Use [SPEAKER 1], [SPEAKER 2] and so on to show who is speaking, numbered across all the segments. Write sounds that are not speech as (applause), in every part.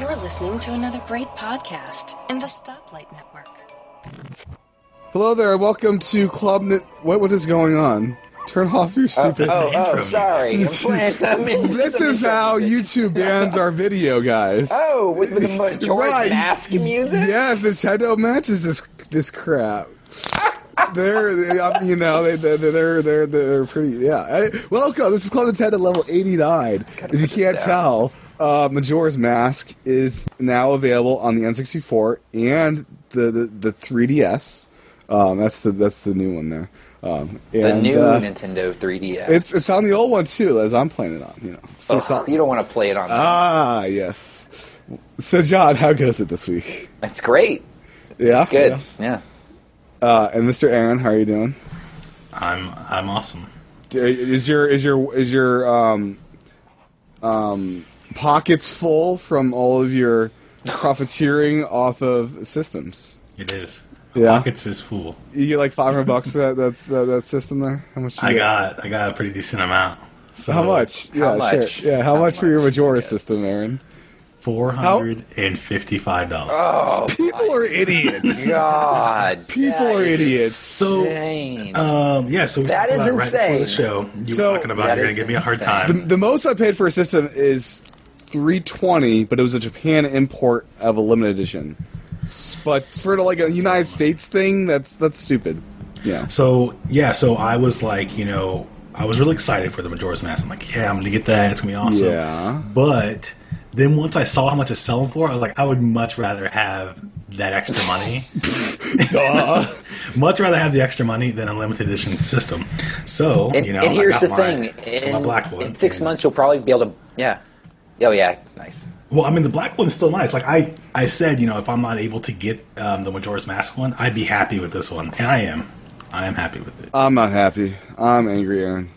[SPEAKER 1] You're listening to another great podcast in the Stoplight Network.
[SPEAKER 2] Hello there. Welcome to Club. Ni- what what is going on? Turn off your stupid.
[SPEAKER 3] Oh, oh,
[SPEAKER 2] (laughs)
[SPEAKER 4] Intro.
[SPEAKER 3] sorry. I'm playing some-
[SPEAKER 2] this is
[SPEAKER 3] some intro (laughs)
[SPEAKER 2] how
[SPEAKER 3] music.
[SPEAKER 2] YouTube bans our video, guys.
[SPEAKER 3] Oh, with, with the Majora's
[SPEAKER 2] Right.
[SPEAKER 3] Mask music?
[SPEAKER 2] Yes, Nintendo matches this this crap. they're, they, um, you know, they, they're, they're, they're, they're pretty, yeah. Hey, welcome, this is Club Nintendo level 89. If you can't tell, uh, Majora's Mask is now available on the N64 and the, the, the 3DS. Um, that's the that's the new one there. Um, and,
[SPEAKER 3] The new
[SPEAKER 2] uh,
[SPEAKER 3] Nintendo 3DS.
[SPEAKER 2] it's it's on the old one too, as I'm playing it on. You know, it's pretty
[SPEAKER 3] Ugh,
[SPEAKER 2] solid.
[SPEAKER 3] you don't want to play it on. that.
[SPEAKER 2] Ah, yes. So, John, how goes it this week?
[SPEAKER 3] It's great.
[SPEAKER 2] Yeah,
[SPEAKER 3] Good.
[SPEAKER 2] Yeah.
[SPEAKER 3] Yeah.
[SPEAKER 2] Uh, and Mr. Aaron, how are you doing?
[SPEAKER 4] I'm I'm awesome.
[SPEAKER 2] D- Is your is your is your um, um, pockets full from all of your profiteering off of systems?
[SPEAKER 4] It is.
[SPEAKER 2] Yeah.
[SPEAKER 4] Pockets is full.
[SPEAKER 2] You get like five hundred bucks for that that's that, that system there. How much? You
[SPEAKER 4] I
[SPEAKER 2] get?
[SPEAKER 4] got I got a pretty decent amount. So
[SPEAKER 2] How much?
[SPEAKER 3] How
[SPEAKER 2] yeah,
[SPEAKER 3] much?
[SPEAKER 2] sure. Yeah, how,
[SPEAKER 3] How
[SPEAKER 2] much, for your
[SPEAKER 3] much?
[SPEAKER 2] Majora
[SPEAKER 3] Yeah.
[SPEAKER 2] system, Aaron?
[SPEAKER 4] Four hundred and fifty-five dollars.
[SPEAKER 3] Oh,
[SPEAKER 2] (laughs) People are idiots.
[SPEAKER 3] God.
[SPEAKER 2] People
[SPEAKER 3] That
[SPEAKER 2] are
[SPEAKER 3] is
[SPEAKER 2] idiots.
[SPEAKER 4] So,
[SPEAKER 3] Insane.
[SPEAKER 4] um, yeah. So we
[SPEAKER 3] That
[SPEAKER 4] talked
[SPEAKER 3] is
[SPEAKER 4] about it Right before the
[SPEAKER 3] insane.
[SPEAKER 4] show, you
[SPEAKER 2] So-
[SPEAKER 4] were talking about
[SPEAKER 3] That
[SPEAKER 4] you're gonna
[SPEAKER 3] is
[SPEAKER 4] give me a hard
[SPEAKER 3] insane.
[SPEAKER 2] The,
[SPEAKER 4] time.
[SPEAKER 2] the most I paid for a system is three twenty, but it was a Japan import of a limited edition. S- But for like a United States thing, that's that's stupid. Yeah.
[SPEAKER 4] So yeah, so I was like, you know, I was really excited for the Majora's Mask. I'm like, yeah, I'm gonna get that. It's gonna be awesome.
[SPEAKER 2] Yeah.
[SPEAKER 4] But then once I saw how much it's selling for, I was like, I would much rather have that extra money. (laughs) much rather have the extra money than a limited edition system. So
[SPEAKER 3] and,
[SPEAKER 4] you know,
[SPEAKER 3] and
[SPEAKER 4] I
[SPEAKER 3] here's
[SPEAKER 4] got
[SPEAKER 3] the
[SPEAKER 4] my-
[SPEAKER 3] thing.
[SPEAKER 4] got my
[SPEAKER 3] In,
[SPEAKER 4] black one.
[SPEAKER 3] in six
[SPEAKER 4] and-
[SPEAKER 3] months, you'll probably be able to. Yeah. Oh, yeah. Nice.
[SPEAKER 4] Well, I mean, the black one's still nice. Like I, I said, you know, if I'm not able to get um, the Majora's Mask one, I'd be happy with this one, and I am. I am happy with it.
[SPEAKER 2] I'm not happy. I'm angry, Aaron.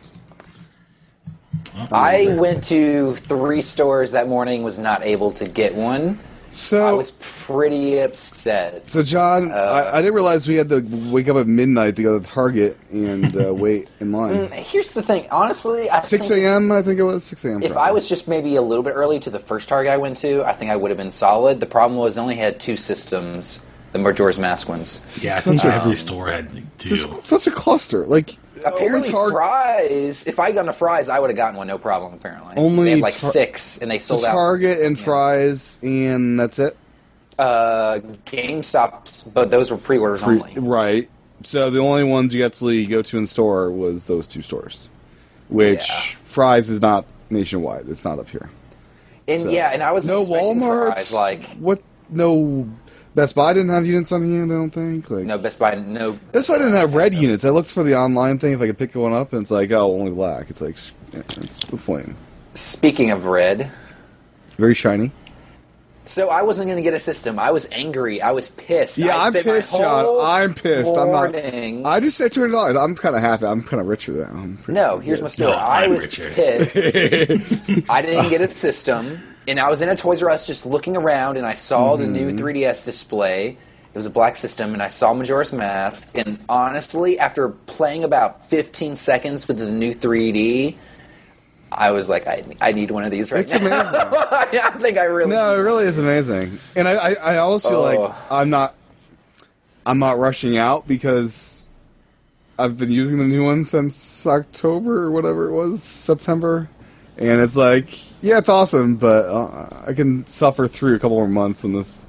[SPEAKER 3] I went to three stores that morning, was not able to get one.
[SPEAKER 2] So
[SPEAKER 3] I was Uh, pretty upset.
[SPEAKER 2] so John, I, I didn't realize we had to wake up at midnight to go to Target and
[SPEAKER 3] (laughs)
[SPEAKER 2] uh, wait in line.
[SPEAKER 3] Here's the thing, honestly, I
[SPEAKER 2] Six
[SPEAKER 3] think
[SPEAKER 2] a.m. I think it was six a.m.
[SPEAKER 3] If
[SPEAKER 2] probably.
[SPEAKER 3] I was just maybe a little bit early to the first target I went to, I think I would have been solid. The problem was I only had two systems, the Majora's Mask ones.
[SPEAKER 4] Yeah, I
[SPEAKER 2] Such
[SPEAKER 4] think
[SPEAKER 2] a-
[SPEAKER 4] every store had like, two.
[SPEAKER 2] It's just such a cluster. Like
[SPEAKER 3] Apparently,
[SPEAKER 2] only Target.
[SPEAKER 3] fries. If I had gone to fries, I would have gotten one, no problem. Apparently,
[SPEAKER 2] Only
[SPEAKER 3] they had like
[SPEAKER 2] Tar-
[SPEAKER 3] six, and they sold
[SPEAKER 2] so Target and fries, and that's it.
[SPEAKER 3] out. Uh, GameStops, but those were pre-orders only.
[SPEAKER 2] Right. So the only ones you actually go to in store was those two stores, which
[SPEAKER 3] Yeah.
[SPEAKER 2] Fry's is not nationwide. It's not up here.
[SPEAKER 3] And
[SPEAKER 2] So-
[SPEAKER 3] yeah, and I was
[SPEAKER 2] No Walmart.
[SPEAKER 3] Fries, like
[SPEAKER 2] what? No Best Buy didn't have units on hand. I don't think. Like
[SPEAKER 3] no Best Buy, no.
[SPEAKER 2] Best Buy didn't have red units. I looked for the online thing if I could pick one up, and it's like oh, only black. It's like eh, it's, it's lame.
[SPEAKER 3] Speaking of red,
[SPEAKER 2] Very shiny.
[SPEAKER 3] So I wasn't going to get a system. I was angry. I was pissed.
[SPEAKER 2] Yeah,
[SPEAKER 3] I
[SPEAKER 2] I'm
[SPEAKER 3] spent my
[SPEAKER 2] pissed, John.
[SPEAKER 3] whole
[SPEAKER 2] I'm pissed. I'm
[SPEAKER 3] morning-
[SPEAKER 2] not. I just said two hundred dollars. I'm kind of happy. I'm kind of richer though. I'm pretty-
[SPEAKER 3] no, here's my story.
[SPEAKER 4] No,
[SPEAKER 3] I
[SPEAKER 4] I'm
[SPEAKER 3] was
[SPEAKER 2] (laughs)
[SPEAKER 4] Richard.
[SPEAKER 3] pissed. I didn't get a system, and I was in a Toys R Us just looking around, and I saw the new
[SPEAKER 2] Mm-hmm.
[SPEAKER 3] 3DS display. It was a black system, and I saw Majora's Mask. And honestly, after playing about 15 seconds with the new 3D, I was like, I, I need one of these right
[SPEAKER 2] It's
[SPEAKER 3] now. (laughs)
[SPEAKER 2] amazing.
[SPEAKER 3] I think I really
[SPEAKER 2] No,
[SPEAKER 3] need
[SPEAKER 2] it really is amazing, and I, I, I always feel like
[SPEAKER 3] Oh.
[SPEAKER 2] I'm not, I'm not rushing out because I've been using the new one since October or whatever it was, September, and it's like, yeah, it's awesome, but uh, I can suffer through a couple more months on this,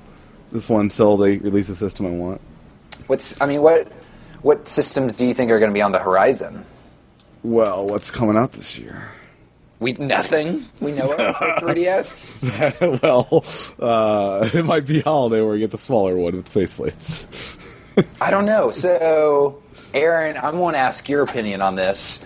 [SPEAKER 2] this one until they release the system I want.
[SPEAKER 3] What's I mean, what what systems do you think are going to be on the horizon?
[SPEAKER 2] Well, what's coming out this year? (laughs)
[SPEAKER 3] We nothing. We know it
[SPEAKER 4] (laughs)
[SPEAKER 3] for 3DS.
[SPEAKER 2] well, uh, (laughs) it might be holiday where we get the smaller one with faceplates.
[SPEAKER 3] I don't know. So, Aaron, I want to ask your opinion on this.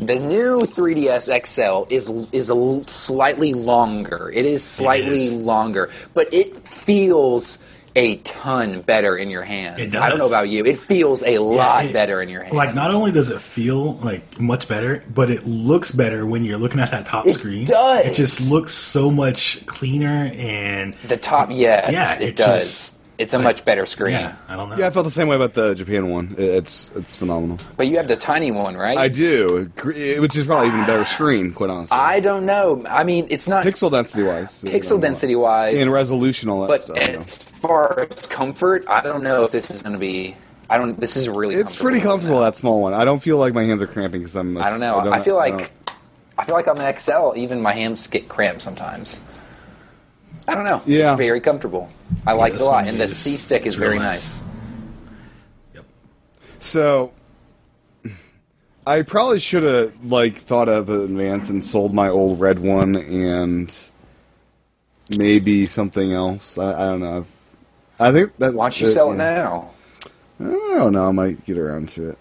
[SPEAKER 3] The new 3DS XL is is a l- slightly longer. It is slightly
[SPEAKER 4] is.
[SPEAKER 3] longer, but it feels a ton better in your hands.
[SPEAKER 4] It
[SPEAKER 3] I don't know
[SPEAKER 4] does.
[SPEAKER 3] about you. It feels a lot
[SPEAKER 4] it-
[SPEAKER 3] better in your hands.
[SPEAKER 4] Like not only does it feel like much better, but it looks better when you're looking at that top
[SPEAKER 3] It
[SPEAKER 4] screen.
[SPEAKER 3] does.
[SPEAKER 4] It just looks so much cleaner and
[SPEAKER 3] the top, yes,
[SPEAKER 4] yeah,
[SPEAKER 3] it,
[SPEAKER 4] it
[SPEAKER 3] does.
[SPEAKER 4] just-
[SPEAKER 3] It's a much better screen.
[SPEAKER 4] Yeah, I don't know.
[SPEAKER 2] Yeah, I felt the same way about the Japan one. It- It's it's phenomenal.
[SPEAKER 3] But you have the tiny one, right?
[SPEAKER 2] I do, Gr- eh, which is probably even a better screen, quite honestly.
[SPEAKER 3] I don't know. I mean, it's not
[SPEAKER 2] pixel density wise,
[SPEAKER 3] pixel density wise,
[SPEAKER 2] and resolution, all that
[SPEAKER 3] but
[SPEAKER 2] stuff. you know.
[SPEAKER 3] as far as comfort, I don't know if this is going to be. I don't. This is really.
[SPEAKER 2] It's pretty comfortable that small one. I don't feel like my hands are cramping because I'm. a-
[SPEAKER 3] I don't know. I, feel
[SPEAKER 2] I
[SPEAKER 3] like
[SPEAKER 2] don't-
[SPEAKER 3] I feel like on the XL, even my hams get cramped sometimes. I don't know.
[SPEAKER 2] Yeah.
[SPEAKER 3] It's very comfortable. I like it
[SPEAKER 4] this
[SPEAKER 3] a lot,
[SPEAKER 4] one
[SPEAKER 3] and the C stick is
[SPEAKER 4] it's real
[SPEAKER 3] very nice.
[SPEAKER 4] Yep.
[SPEAKER 2] so. I probably should have like thought of it in advance and sold my old red one and maybe something else. I, I don't know. I've, I think that
[SPEAKER 3] Why don't you
[SPEAKER 2] that-
[SPEAKER 3] sell it
[SPEAKER 2] yeah.
[SPEAKER 3] now?
[SPEAKER 2] I don't know. I might get around to it.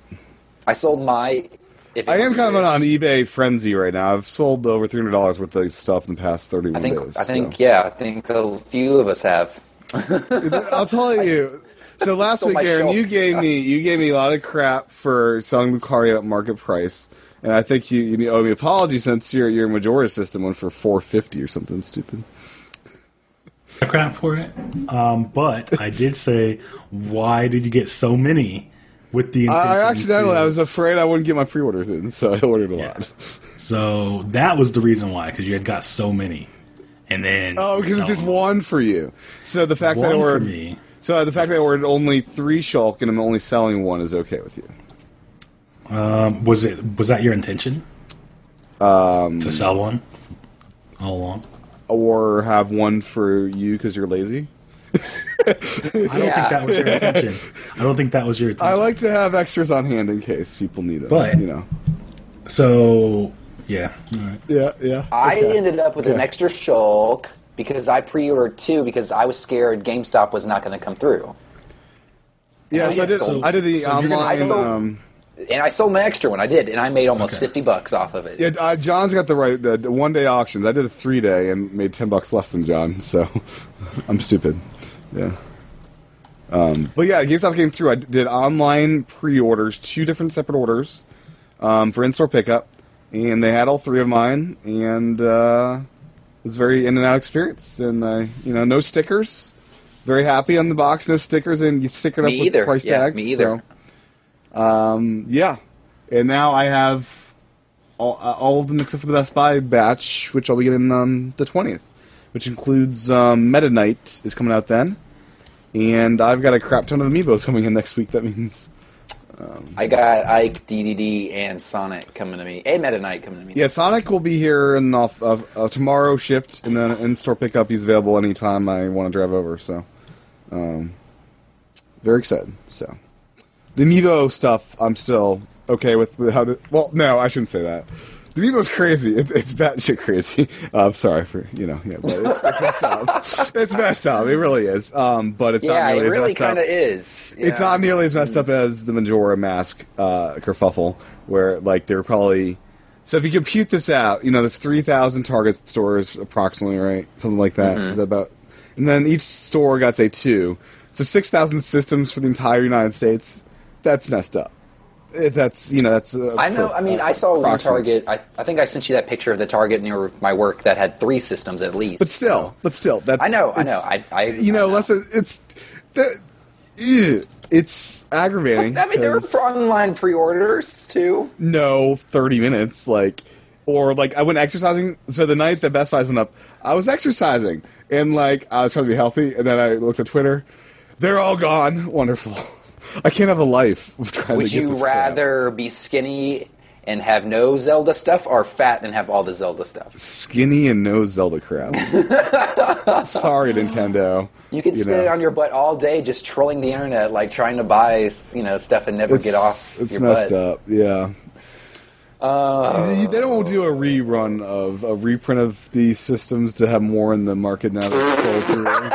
[SPEAKER 3] I sold my. If it
[SPEAKER 2] I am
[SPEAKER 3] was
[SPEAKER 2] kind of
[SPEAKER 3] yours,
[SPEAKER 2] on an eBay frenzy right now. I've sold over three hundred dollars worth of stuff in the past thirty-one
[SPEAKER 3] I think.
[SPEAKER 2] days.
[SPEAKER 3] I think.
[SPEAKER 2] so.
[SPEAKER 3] Yeah. I think a few of us have. (laughs)
[SPEAKER 2] I'll tell you. So last
[SPEAKER 3] Stole
[SPEAKER 2] week,
[SPEAKER 3] my
[SPEAKER 2] Aaron,
[SPEAKER 3] show.
[SPEAKER 2] you gave me you gave me a lot of crap for selling Lucario at market price, and I think you, you owe me an apology since your your Majora system went for four fifty or something stupid.
[SPEAKER 4] I crap for it. Um, but I did say, why did you get so many? With the intention
[SPEAKER 2] I accidentally,
[SPEAKER 4] to-
[SPEAKER 2] I was afraid I wouldn't get my pre-orders in, so I ordered a lot. (laughs)
[SPEAKER 4] so that was the reason why because you had got so many, and then
[SPEAKER 2] Oh, because it's just
[SPEAKER 4] so-
[SPEAKER 2] one for you. So the fact that I
[SPEAKER 4] One for
[SPEAKER 2] ordered,
[SPEAKER 4] me.
[SPEAKER 2] so the fact that I ordered only three Shulk and I'm only selling one is okay with you.
[SPEAKER 4] Was it was that your intention? Um, to sell one all along.
[SPEAKER 2] or have one for you because you're lazy.
[SPEAKER 4] I don't
[SPEAKER 3] Yeah.
[SPEAKER 4] think that was your intention. I don't think that was
[SPEAKER 2] (laughs)
[SPEAKER 4] your
[SPEAKER 2] I
[SPEAKER 4] intention.
[SPEAKER 2] like to have extras on hand in case people need them.
[SPEAKER 4] But-
[SPEAKER 2] you know,
[SPEAKER 4] so yeah, all right.
[SPEAKER 2] yeah, yeah.
[SPEAKER 3] I
[SPEAKER 2] okay.
[SPEAKER 3] ended up with an
[SPEAKER 2] Yeah.
[SPEAKER 3] extra shulk because I pre-ordered two because I was scared GameStop was not going to come through,
[SPEAKER 2] yeah. So I did.
[SPEAKER 4] So-
[SPEAKER 2] I did the
[SPEAKER 4] so you're gonna-
[SPEAKER 2] online.
[SPEAKER 3] I sold-
[SPEAKER 2] um,
[SPEAKER 3] and I sold my extra one. I did, and I made almost
[SPEAKER 4] Okay.
[SPEAKER 3] fifty bucks off of it.
[SPEAKER 2] yeah, uh, John's got the right the, the one day auctions. I did a three day and made ten bucks less than John. So (laughs) I'm stupid. Yeah. Um, but yeah, GameStop came through. I did online pre-orders, two different separate orders um, for in-store pickup, and they had all three of mine, and uh, it was a very in and out experience. And I, you know, no stickers. Very happy on the box, no stickers, and you stick it up
[SPEAKER 3] Me
[SPEAKER 2] with
[SPEAKER 3] either.
[SPEAKER 2] price
[SPEAKER 3] Yeah,
[SPEAKER 2] tags.
[SPEAKER 3] me either.
[SPEAKER 2] so, um, yeah, and now I have all, uh, all of the mix up for the Best Buy batch, which I'll be getting on the twentieth, which includes um, Meta Knight is coming out then, and I've got a crap ton of amiibos coming in next week. That means
[SPEAKER 3] I got Ike, DDD, and Sonic coming to me, and Meta Knight coming to me.
[SPEAKER 2] Yeah, Sonic will be here and off of uh, tomorrow shipped, and then in store pickup. He's available anytime I want to drive over. So, um, very excited. So, the Amiibo stuff, I'm still okay with, with how to. Well, no, I shouldn't say that. The Amiibo's crazy. It's it's batshit crazy. Uh, I'm sorry for you know. Yeah, but it's, it's messed up. It's messed up. It really is. Um, but it's
[SPEAKER 3] Yeah,
[SPEAKER 2] not
[SPEAKER 3] it
[SPEAKER 2] nearly as
[SPEAKER 3] really
[SPEAKER 2] messed up.
[SPEAKER 3] kind of is.
[SPEAKER 2] It's
[SPEAKER 3] Yeah.
[SPEAKER 2] not nearly as messed up as the Majora Mask uh, kerfuffle, where like they're probably. So if you compute this out, you know there's three thousand Target stores approximately, right? Something like that. Is
[SPEAKER 3] Mm-hmm.
[SPEAKER 2] that about? And then each store got say two, so six thousand systems for the entire United States. That's messed up. If That's you know that's. Uh,
[SPEAKER 3] I know.
[SPEAKER 2] for-
[SPEAKER 3] I mean,
[SPEAKER 2] uh,
[SPEAKER 3] I saw one
[SPEAKER 2] approximate.
[SPEAKER 3] Target. I, I think I sent you that picture of the Target near my work that had three systems at least.
[SPEAKER 2] But still, but still, that's.
[SPEAKER 3] I know, I
[SPEAKER 2] it's-
[SPEAKER 3] know, I- I-
[SPEAKER 2] you
[SPEAKER 3] I
[SPEAKER 2] know,
[SPEAKER 3] know.
[SPEAKER 2] less it, it's. That, ew, it's aggravating.
[SPEAKER 3] I mean, there were
[SPEAKER 2] 'cause-
[SPEAKER 3] online pre-orders too.
[SPEAKER 2] no 30 minutes like or like i went exercising so the night the best buys went up i was exercising and like i was trying to be healthy and then i looked at twitter they're all gone (laughs) wonderful i can't have a life of trying
[SPEAKER 3] Would
[SPEAKER 2] to get
[SPEAKER 3] you
[SPEAKER 2] this crap.
[SPEAKER 3] rather be skinny and have no Zelda stuff, or fat and have all the Zelda stuff?
[SPEAKER 2] skinny and no zelda
[SPEAKER 3] (laughs)
[SPEAKER 2] crap sorry nintendo
[SPEAKER 3] You could sit
[SPEAKER 2] know.
[SPEAKER 3] on your butt all day, just trolling the internet, like trying to buy, you know, stuff and never get off.
[SPEAKER 2] It's
[SPEAKER 3] your
[SPEAKER 2] messed
[SPEAKER 3] butt.
[SPEAKER 2] up. Yeah. They- they don't do a rerun of a reprint of these systems to have more in the market now. That's sold through.
[SPEAKER 3] (laughs)
[SPEAKER 2] (laughs)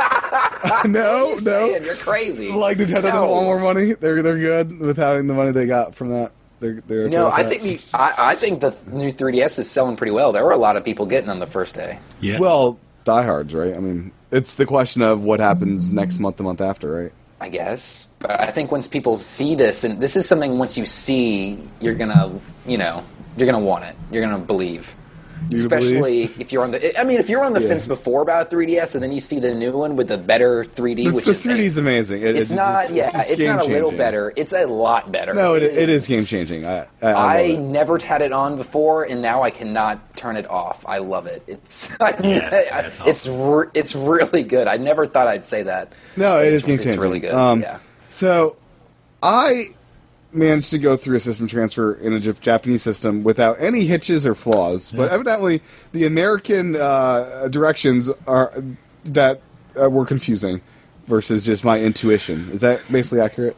[SPEAKER 2] Oh, no, no.
[SPEAKER 3] Damn, you're crazy.
[SPEAKER 2] (laughs) Like Nintendo doesn't
[SPEAKER 3] No.
[SPEAKER 2] want more money. They're they're good with having the money they got from that. They're they're.
[SPEAKER 3] No,
[SPEAKER 2] okay
[SPEAKER 3] I
[SPEAKER 2] with
[SPEAKER 3] think
[SPEAKER 2] that.
[SPEAKER 3] the I, I think the new 3DS is selling pretty well. There were a lot of people getting on the first day.
[SPEAKER 4] yeah.
[SPEAKER 2] Well, diehards, right? I mean, it's the question of what happens next month, the month after, right?
[SPEAKER 3] I guess, but I think once people see this, and this is something once you see, you're gonna, you know, you're gonna want it. You're gonna believe.
[SPEAKER 2] You believe?
[SPEAKER 3] especially if you're on the. I mean, if you're on the
[SPEAKER 2] Yeah.
[SPEAKER 3] fence before about 3ds, and then you see the new one with the better 3D,
[SPEAKER 2] The,
[SPEAKER 3] which
[SPEAKER 2] the
[SPEAKER 3] is
[SPEAKER 2] 3D is amazing. It-
[SPEAKER 3] it's
[SPEAKER 2] it-
[SPEAKER 3] not. yeah,
[SPEAKER 2] just
[SPEAKER 3] it's, not a little
[SPEAKER 2] game-changing.
[SPEAKER 3] better. It's a lot better.
[SPEAKER 2] No, it, it is game changing. I, I, I,
[SPEAKER 3] I,
[SPEAKER 2] love it.
[SPEAKER 3] never had it on before, and now I cannot turn it off. I love it. It's (laughs)
[SPEAKER 4] that's
[SPEAKER 3] it's re- it's really good. I never thought I'd say that.
[SPEAKER 2] No,
[SPEAKER 3] But
[SPEAKER 2] Oh, it
[SPEAKER 3] it's,
[SPEAKER 2] is game changing.
[SPEAKER 3] It's really good.
[SPEAKER 2] Um,
[SPEAKER 3] yeah.
[SPEAKER 2] So, I managed to go through a system transfer in a Jap- Japanese system without any hitches or flaws. But evidently, the American uh, directions are that uh, were confusing versus just my intuition. Is that basically accurate?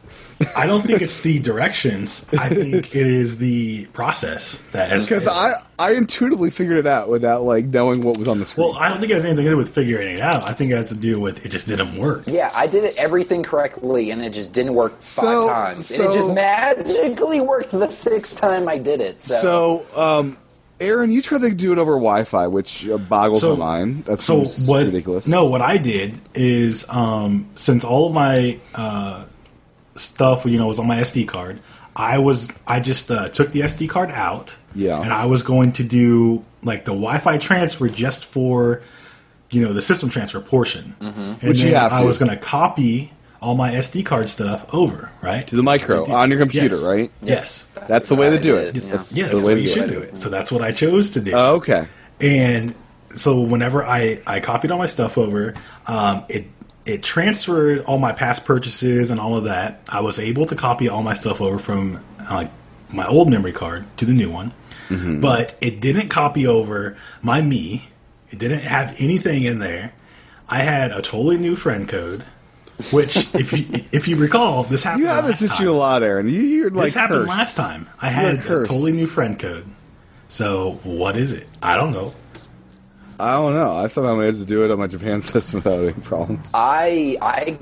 [SPEAKER 4] I don't think it's the directions. I think it is the process that has.
[SPEAKER 2] Because I I intuitively figured it out without like knowing what was on the screen.
[SPEAKER 4] Well, I don't think it has anything to do with figuring it out. I think it has to do with it just didn't work.
[SPEAKER 3] Yeah, I did it everything correctly, and it just didn't work five
[SPEAKER 2] So-
[SPEAKER 3] times. and it just
[SPEAKER 2] so-
[SPEAKER 3] magically worked the sixth time I did it. So,
[SPEAKER 2] so, um, Aaron, you tried to do it over Wi-Fi, which uh, boggles my mind. That's
[SPEAKER 4] so what,
[SPEAKER 2] ridiculous.
[SPEAKER 4] No, what I did is um, since all of my uh, stuff, you know, was on my SD card, I was I just uh, took the SD card out.
[SPEAKER 2] Yeah.
[SPEAKER 4] and I was going to do like the Wi-Fi transfer just for you know the system transfer portion, and
[SPEAKER 2] Mm-hmm. Which you
[SPEAKER 4] then
[SPEAKER 2] have
[SPEAKER 4] I
[SPEAKER 2] to.
[SPEAKER 4] was going to copy all my SD card stuff over right
[SPEAKER 2] to the micro on your computer,
[SPEAKER 4] Yes.
[SPEAKER 2] right?
[SPEAKER 4] Yes,
[SPEAKER 2] That's the way to
[SPEAKER 3] what
[SPEAKER 2] do
[SPEAKER 3] I
[SPEAKER 2] it.
[SPEAKER 3] did, yeah.
[SPEAKER 4] yeah,
[SPEAKER 2] The
[SPEAKER 4] that's
[SPEAKER 2] way
[SPEAKER 4] the
[SPEAKER 2] to
[SPEAKER 4] way you
[SPEAKER 2] do
[SPEAKER 4] should
[SPEAKER 2] it.
[SPEAKER 4] do it. So that's what I chose to do.
[SPEAKER 2] Oh, okay.
[SPEAKER 4] And so whenever I, I copied all my stuff over, um, it it transferred all my past purchases and all of that. I was able to copy all my stuff over from uh, like my old memory card to the new one,
[SPEAKER 2] Mm-hmm.
[SPEAKER 4] but it didn't copy over my me. It didn't have anything in there. I had a totally new friend code, which if you (laughs) if you recall, this happened.
[SPEAKER 2] You have
[SPEAKER 4] last
[SPEAKER 2] this issue
[SPEAKER 4] time
[SPEAKER 2] a lot, Aaron. You, you're like
[SPEAKER 4] this happened
[SPEAKER 2] cursed.
[SPEAKER 4] last time.
[SPEAKER 2] are
[SPEAKER 4] I had a
[SPEAKER 2] cursed.
[SPEAKER 4] totally new friend code. So what is it? I don't know.
[SPEAKER 2] I don't know. I somehow managed to do it on my Japan (laughs) system without any problems.
[SPEAKER 3] I I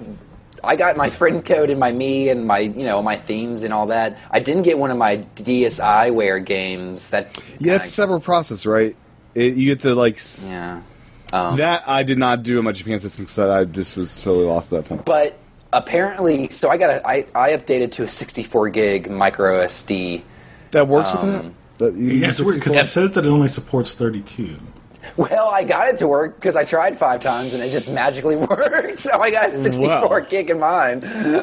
[SPEAKER 3] I got my friend code and my me and my you know my themes and all that. I didn't get one of my DSiWare games that.
[SPEAKER 2] yeah, it's a separate process, right? It, you get the like s-
[SPEAKER 3] Yeah. um,
[SPEAKER 2] that. I did not do in my Japan system because I just was totally lost at that point.
[SPEAKER 3] but apparently, so I got a, I, I updated to a 64 gig micro SD,
[SPEAKER 2] that works with that. that you
[SPEAKER 4] Um, Yeah, it's weird because it says that it only supports 32.
[SPEAKER 3] Well, I got it to work because I tried five times and it just magically (laughs) worked. So I got a 64
[SPEAKER 2] Wow.
[SPEAKER 3] gig in mine.
[SPEAKER 2] you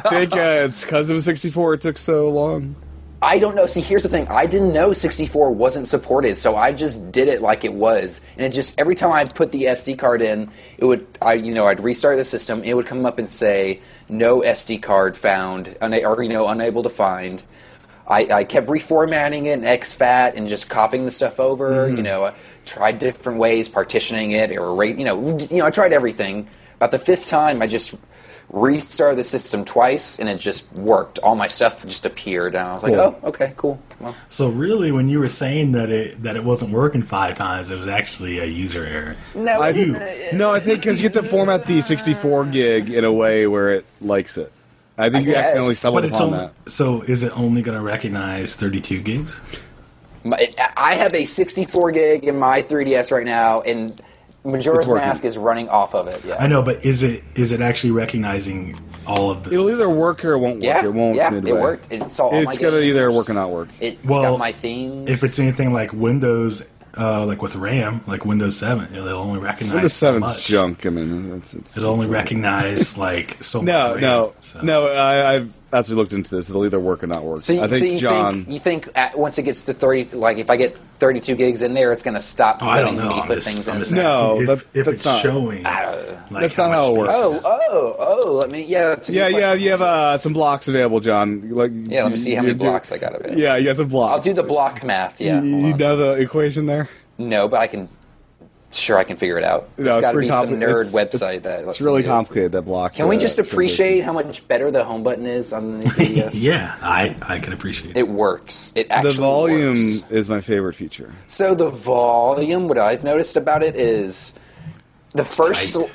[SPEAKER 2] think uh, it's because it was 64 it took so long?
[SPEAKER 3] I don't know. See, here's the thing. I didn't know 64 wasn't supported, so I just did it like it was. And it just every time I put the SD card in, it would I you know I'd restart the system. It would come up and say no SD card found, una- or you know unable to find. I, I kept reformatting it in XFAT and just copying the stuff over. You know, I tried different ways, partitioning it or rate. You know, you know, I tried everything. About the fifth time, I just restarted the system twice, and it just worked. All my stuff just appeared, and I was like,
[SPEAKER 2] Cool.
[SPEAKER 3] "Oh, okay, cool." Well,
[SPEAKER 4] So really, when you were saying that it that it wasn't working five times, it was actually a user error.
[SPEAKER 3] no,
[SPEAKER 2] I,
[SPEAKER 3] (laughs)
[SPEAKER 4] You.
[SPEAKER 2] no, I think because you get to format the 64 gig in a way where it likes it. I think you
[SPEAKER 3] guess.
[SPEAKER 2] accidentally stumbled
[SPEAKER 4] But it's
[SPEAKER 2] upon
[SPEAKER 4] only,
[SPEAKER 2] that.
[SPEAKER 4] so is it only going to recognize 32 gigs?
[SPEAKER 3] my, I have a 64 gig in my 3ds right now, and Majora's
[SPEAKER 2] It's working.
[SPEAKER 3] Mask is running off of it. Yeah,
[SPEAKER 4] I know, but is it is it actually recognizing all of the?
[SPEAKER 2] It'll either work or it won't work.
[SPEAKER 3] Yeah,
[SPEAKER 2] it won't
[SPEAKER 3] yeah,
[SPEAKER 2] midway.
[SPEAKER 3] it worked. It saw all my
[SPEAKER 2] It's gonna
[SPEAKER 3] games.
[SPEAKER 2] either work or not work.
[SPEAKER 3] It, has
[SPEAKER 4] Well,
[SPEAKER 3] got my themes.
[SPEAKER 4] if it's anything like Windows, uh, like with RAM, like Windows 7, it'll only recognize
[SPEAKER 2] Windows
[SPEAKER 4] so
[SPEAKER 2] 7's
[SPEAKER 4] much.
[SPEAKER 2] junk. I mean, that's it's.
[SPEAKER 4] It'll only
[SPEAKER 2] it's-
[SPEAKER 4] recognize
[SPEAKER 2] (laughs)
[SPEAKER 4] like so
[SPEAKER 2] No,
[SPEAKER 4] much. RAM,
[SPEAKER 2] no,
[SPEAKER 4] so.
[SPEAKER 2] no. I, I've as we looked into this, it'll either work or not work.
[SPEAKER 3] So, you-
[SPEAKER 2] I think
[SPEAKER 3] so you
[SPEAKER 2] John.
[SPEAKER 3] think you think at, once it gets to thirty, like if I get thirty-two gigs in there, it's going to stop
[SPEAKER 4] Oh, I
[SPEAKER 3] letting
[SPEAKER 4] don't know.
[SPEAKER 3] me
[SPEAKER 4] I'm
[SPEAKER 3] put
[SPEAKER 4] just,
[SPEAKER 3] things
[SPEAKER 4] I'm
[SPEAKER 3] in.
[SPEAKER 4] just
[SPEAKER 2] No,
[SPEAKER 4] asking
[SPEAKER 2] that-
[SPEAKER 4] if, if
[SPEAKER 2] that's
[SPEAKER 4] it's
[SPEAKER 2] not-
[SPEAKER 4] showing. like,
[SPEAKER 2] That's not how it
[SPEAKER 4] much
[SPEAKER 2] works.
[SPEAKER 4] space-
[SPEAKER 3] oh, oh, oh! Let me. Yeah, that's a good
[SPEAKER 2] yeah, yeah,
[SPEAKER 3] question.
[SPEAKER 2] you have uh, some blocks available, John. Like,
[SPEAKER 3] Yeah, let me see
[SPEAKER 2] you-
[SPEAKER 3] how many
[SPEAKER 2] you do-
[SPEAKER 3] blocks I got available.
[SPEAKER 2] Yeah, you got some blocks.
[SPEAKER 3] I'll do the block math. Yeah,
[SPEAKER 2] You,
[SPEAKER 3] hold
[SPEAKER 2] you
[SPEAKER 3] on.
[SPEAKER 2] know the equation there.
[SPEAKER 3] no, but I can. Sure, I can figure it out.
[SPEAKER 2] No,
[SPEAKER 3] There's
[SPEAKER 2] it's
[SPEAKER 3] got to
[SPEAKER 2] pretty
[SPEAKER 3] be some
[SPEAKER 2] compli-
[SPEAKER 3] nerd
[SPEAKER 2] it's-
[SPEAKER 3] website that. lets
[SPEAKER 2] It's really
[SPEAKER 3] me do it.
[SPEAKER 2] complicated that block.
[SPEAKER 3] Can we
[SPEAKER 2] uh,
[SPEAKER 3] just appreciate how much better the home button is on the 3DS?
[SPEAKER 4] (laughs) Yeah, I, I can appreciate it.
[SPEAKER 3] it works. It
[SPEAKER 2] translation.
[SPEAKER 3] actually
[SPEAKER 2] the volume?
[SPEAKER 3] works.
[SPEAKER 2] Is my favorite feature.
[SPEAKER 3] So the volume, what I've noticed about it is the first.
[SPEAKER 4] tight.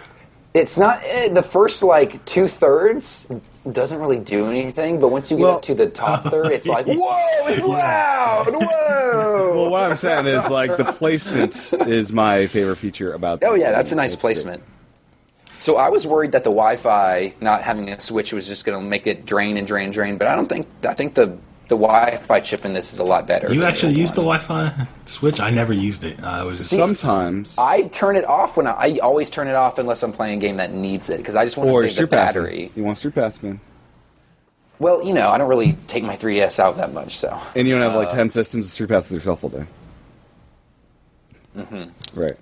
[SPEAKER 3] It's not eh, the first like two thirds doesn't really do anything, but once you get
[SPEAKER 2] Well-
[SPEAKER 3] up to the top third,
[SPEAKER 2] (laughs)
[SPEAKER 3] it's like whoa, it's loud, whoa.
[SPEAKER 2] Well, what I'm saying is like the placement is my favorite feature about.
[SPEAKER 3] Oh
[SPEAKER 2] the-
[SPEAKER 3] yeah, that's a nice
[SPEAKER 2] great.
[SPEAKER 3] placement. So I was worried that the Wi-Fi not having a switch was just going to make it drain and drain and drain, but I don't think I think the the Wi-Fi chip in this is a lot better. than
[SPEAKER 4] You
[SPEAKER 3] the
[SPEAKER 4] actually
[SPEAKER 3] old
[SPEAKER 4] used the
[SPEAKER 3] one.
[SPEAKER 4] Wi-Fi switch? I never used it. I was just
[SPEAKER 2] Sometimes.
[SPEAKER 3] I turn it off when I, I always turn it off unless I'm playing a game that needs it because I just want
[SPEAKER 2] or
[SPEAKER 3] to save the
[SPEAKER 2] street passing.
[SPEAKER 3] battery.
[SPEAKER 2] You want street pass, man.
[SPEAKER 3] Well, you know, I don't really take my 3DS out that much, so
[SPEAKER 2] And you don't have like
[SPEAKER 3] Uh,
[SPEAKER 2] 10 systems of street passes yourself all day. Mm-hmm. Right.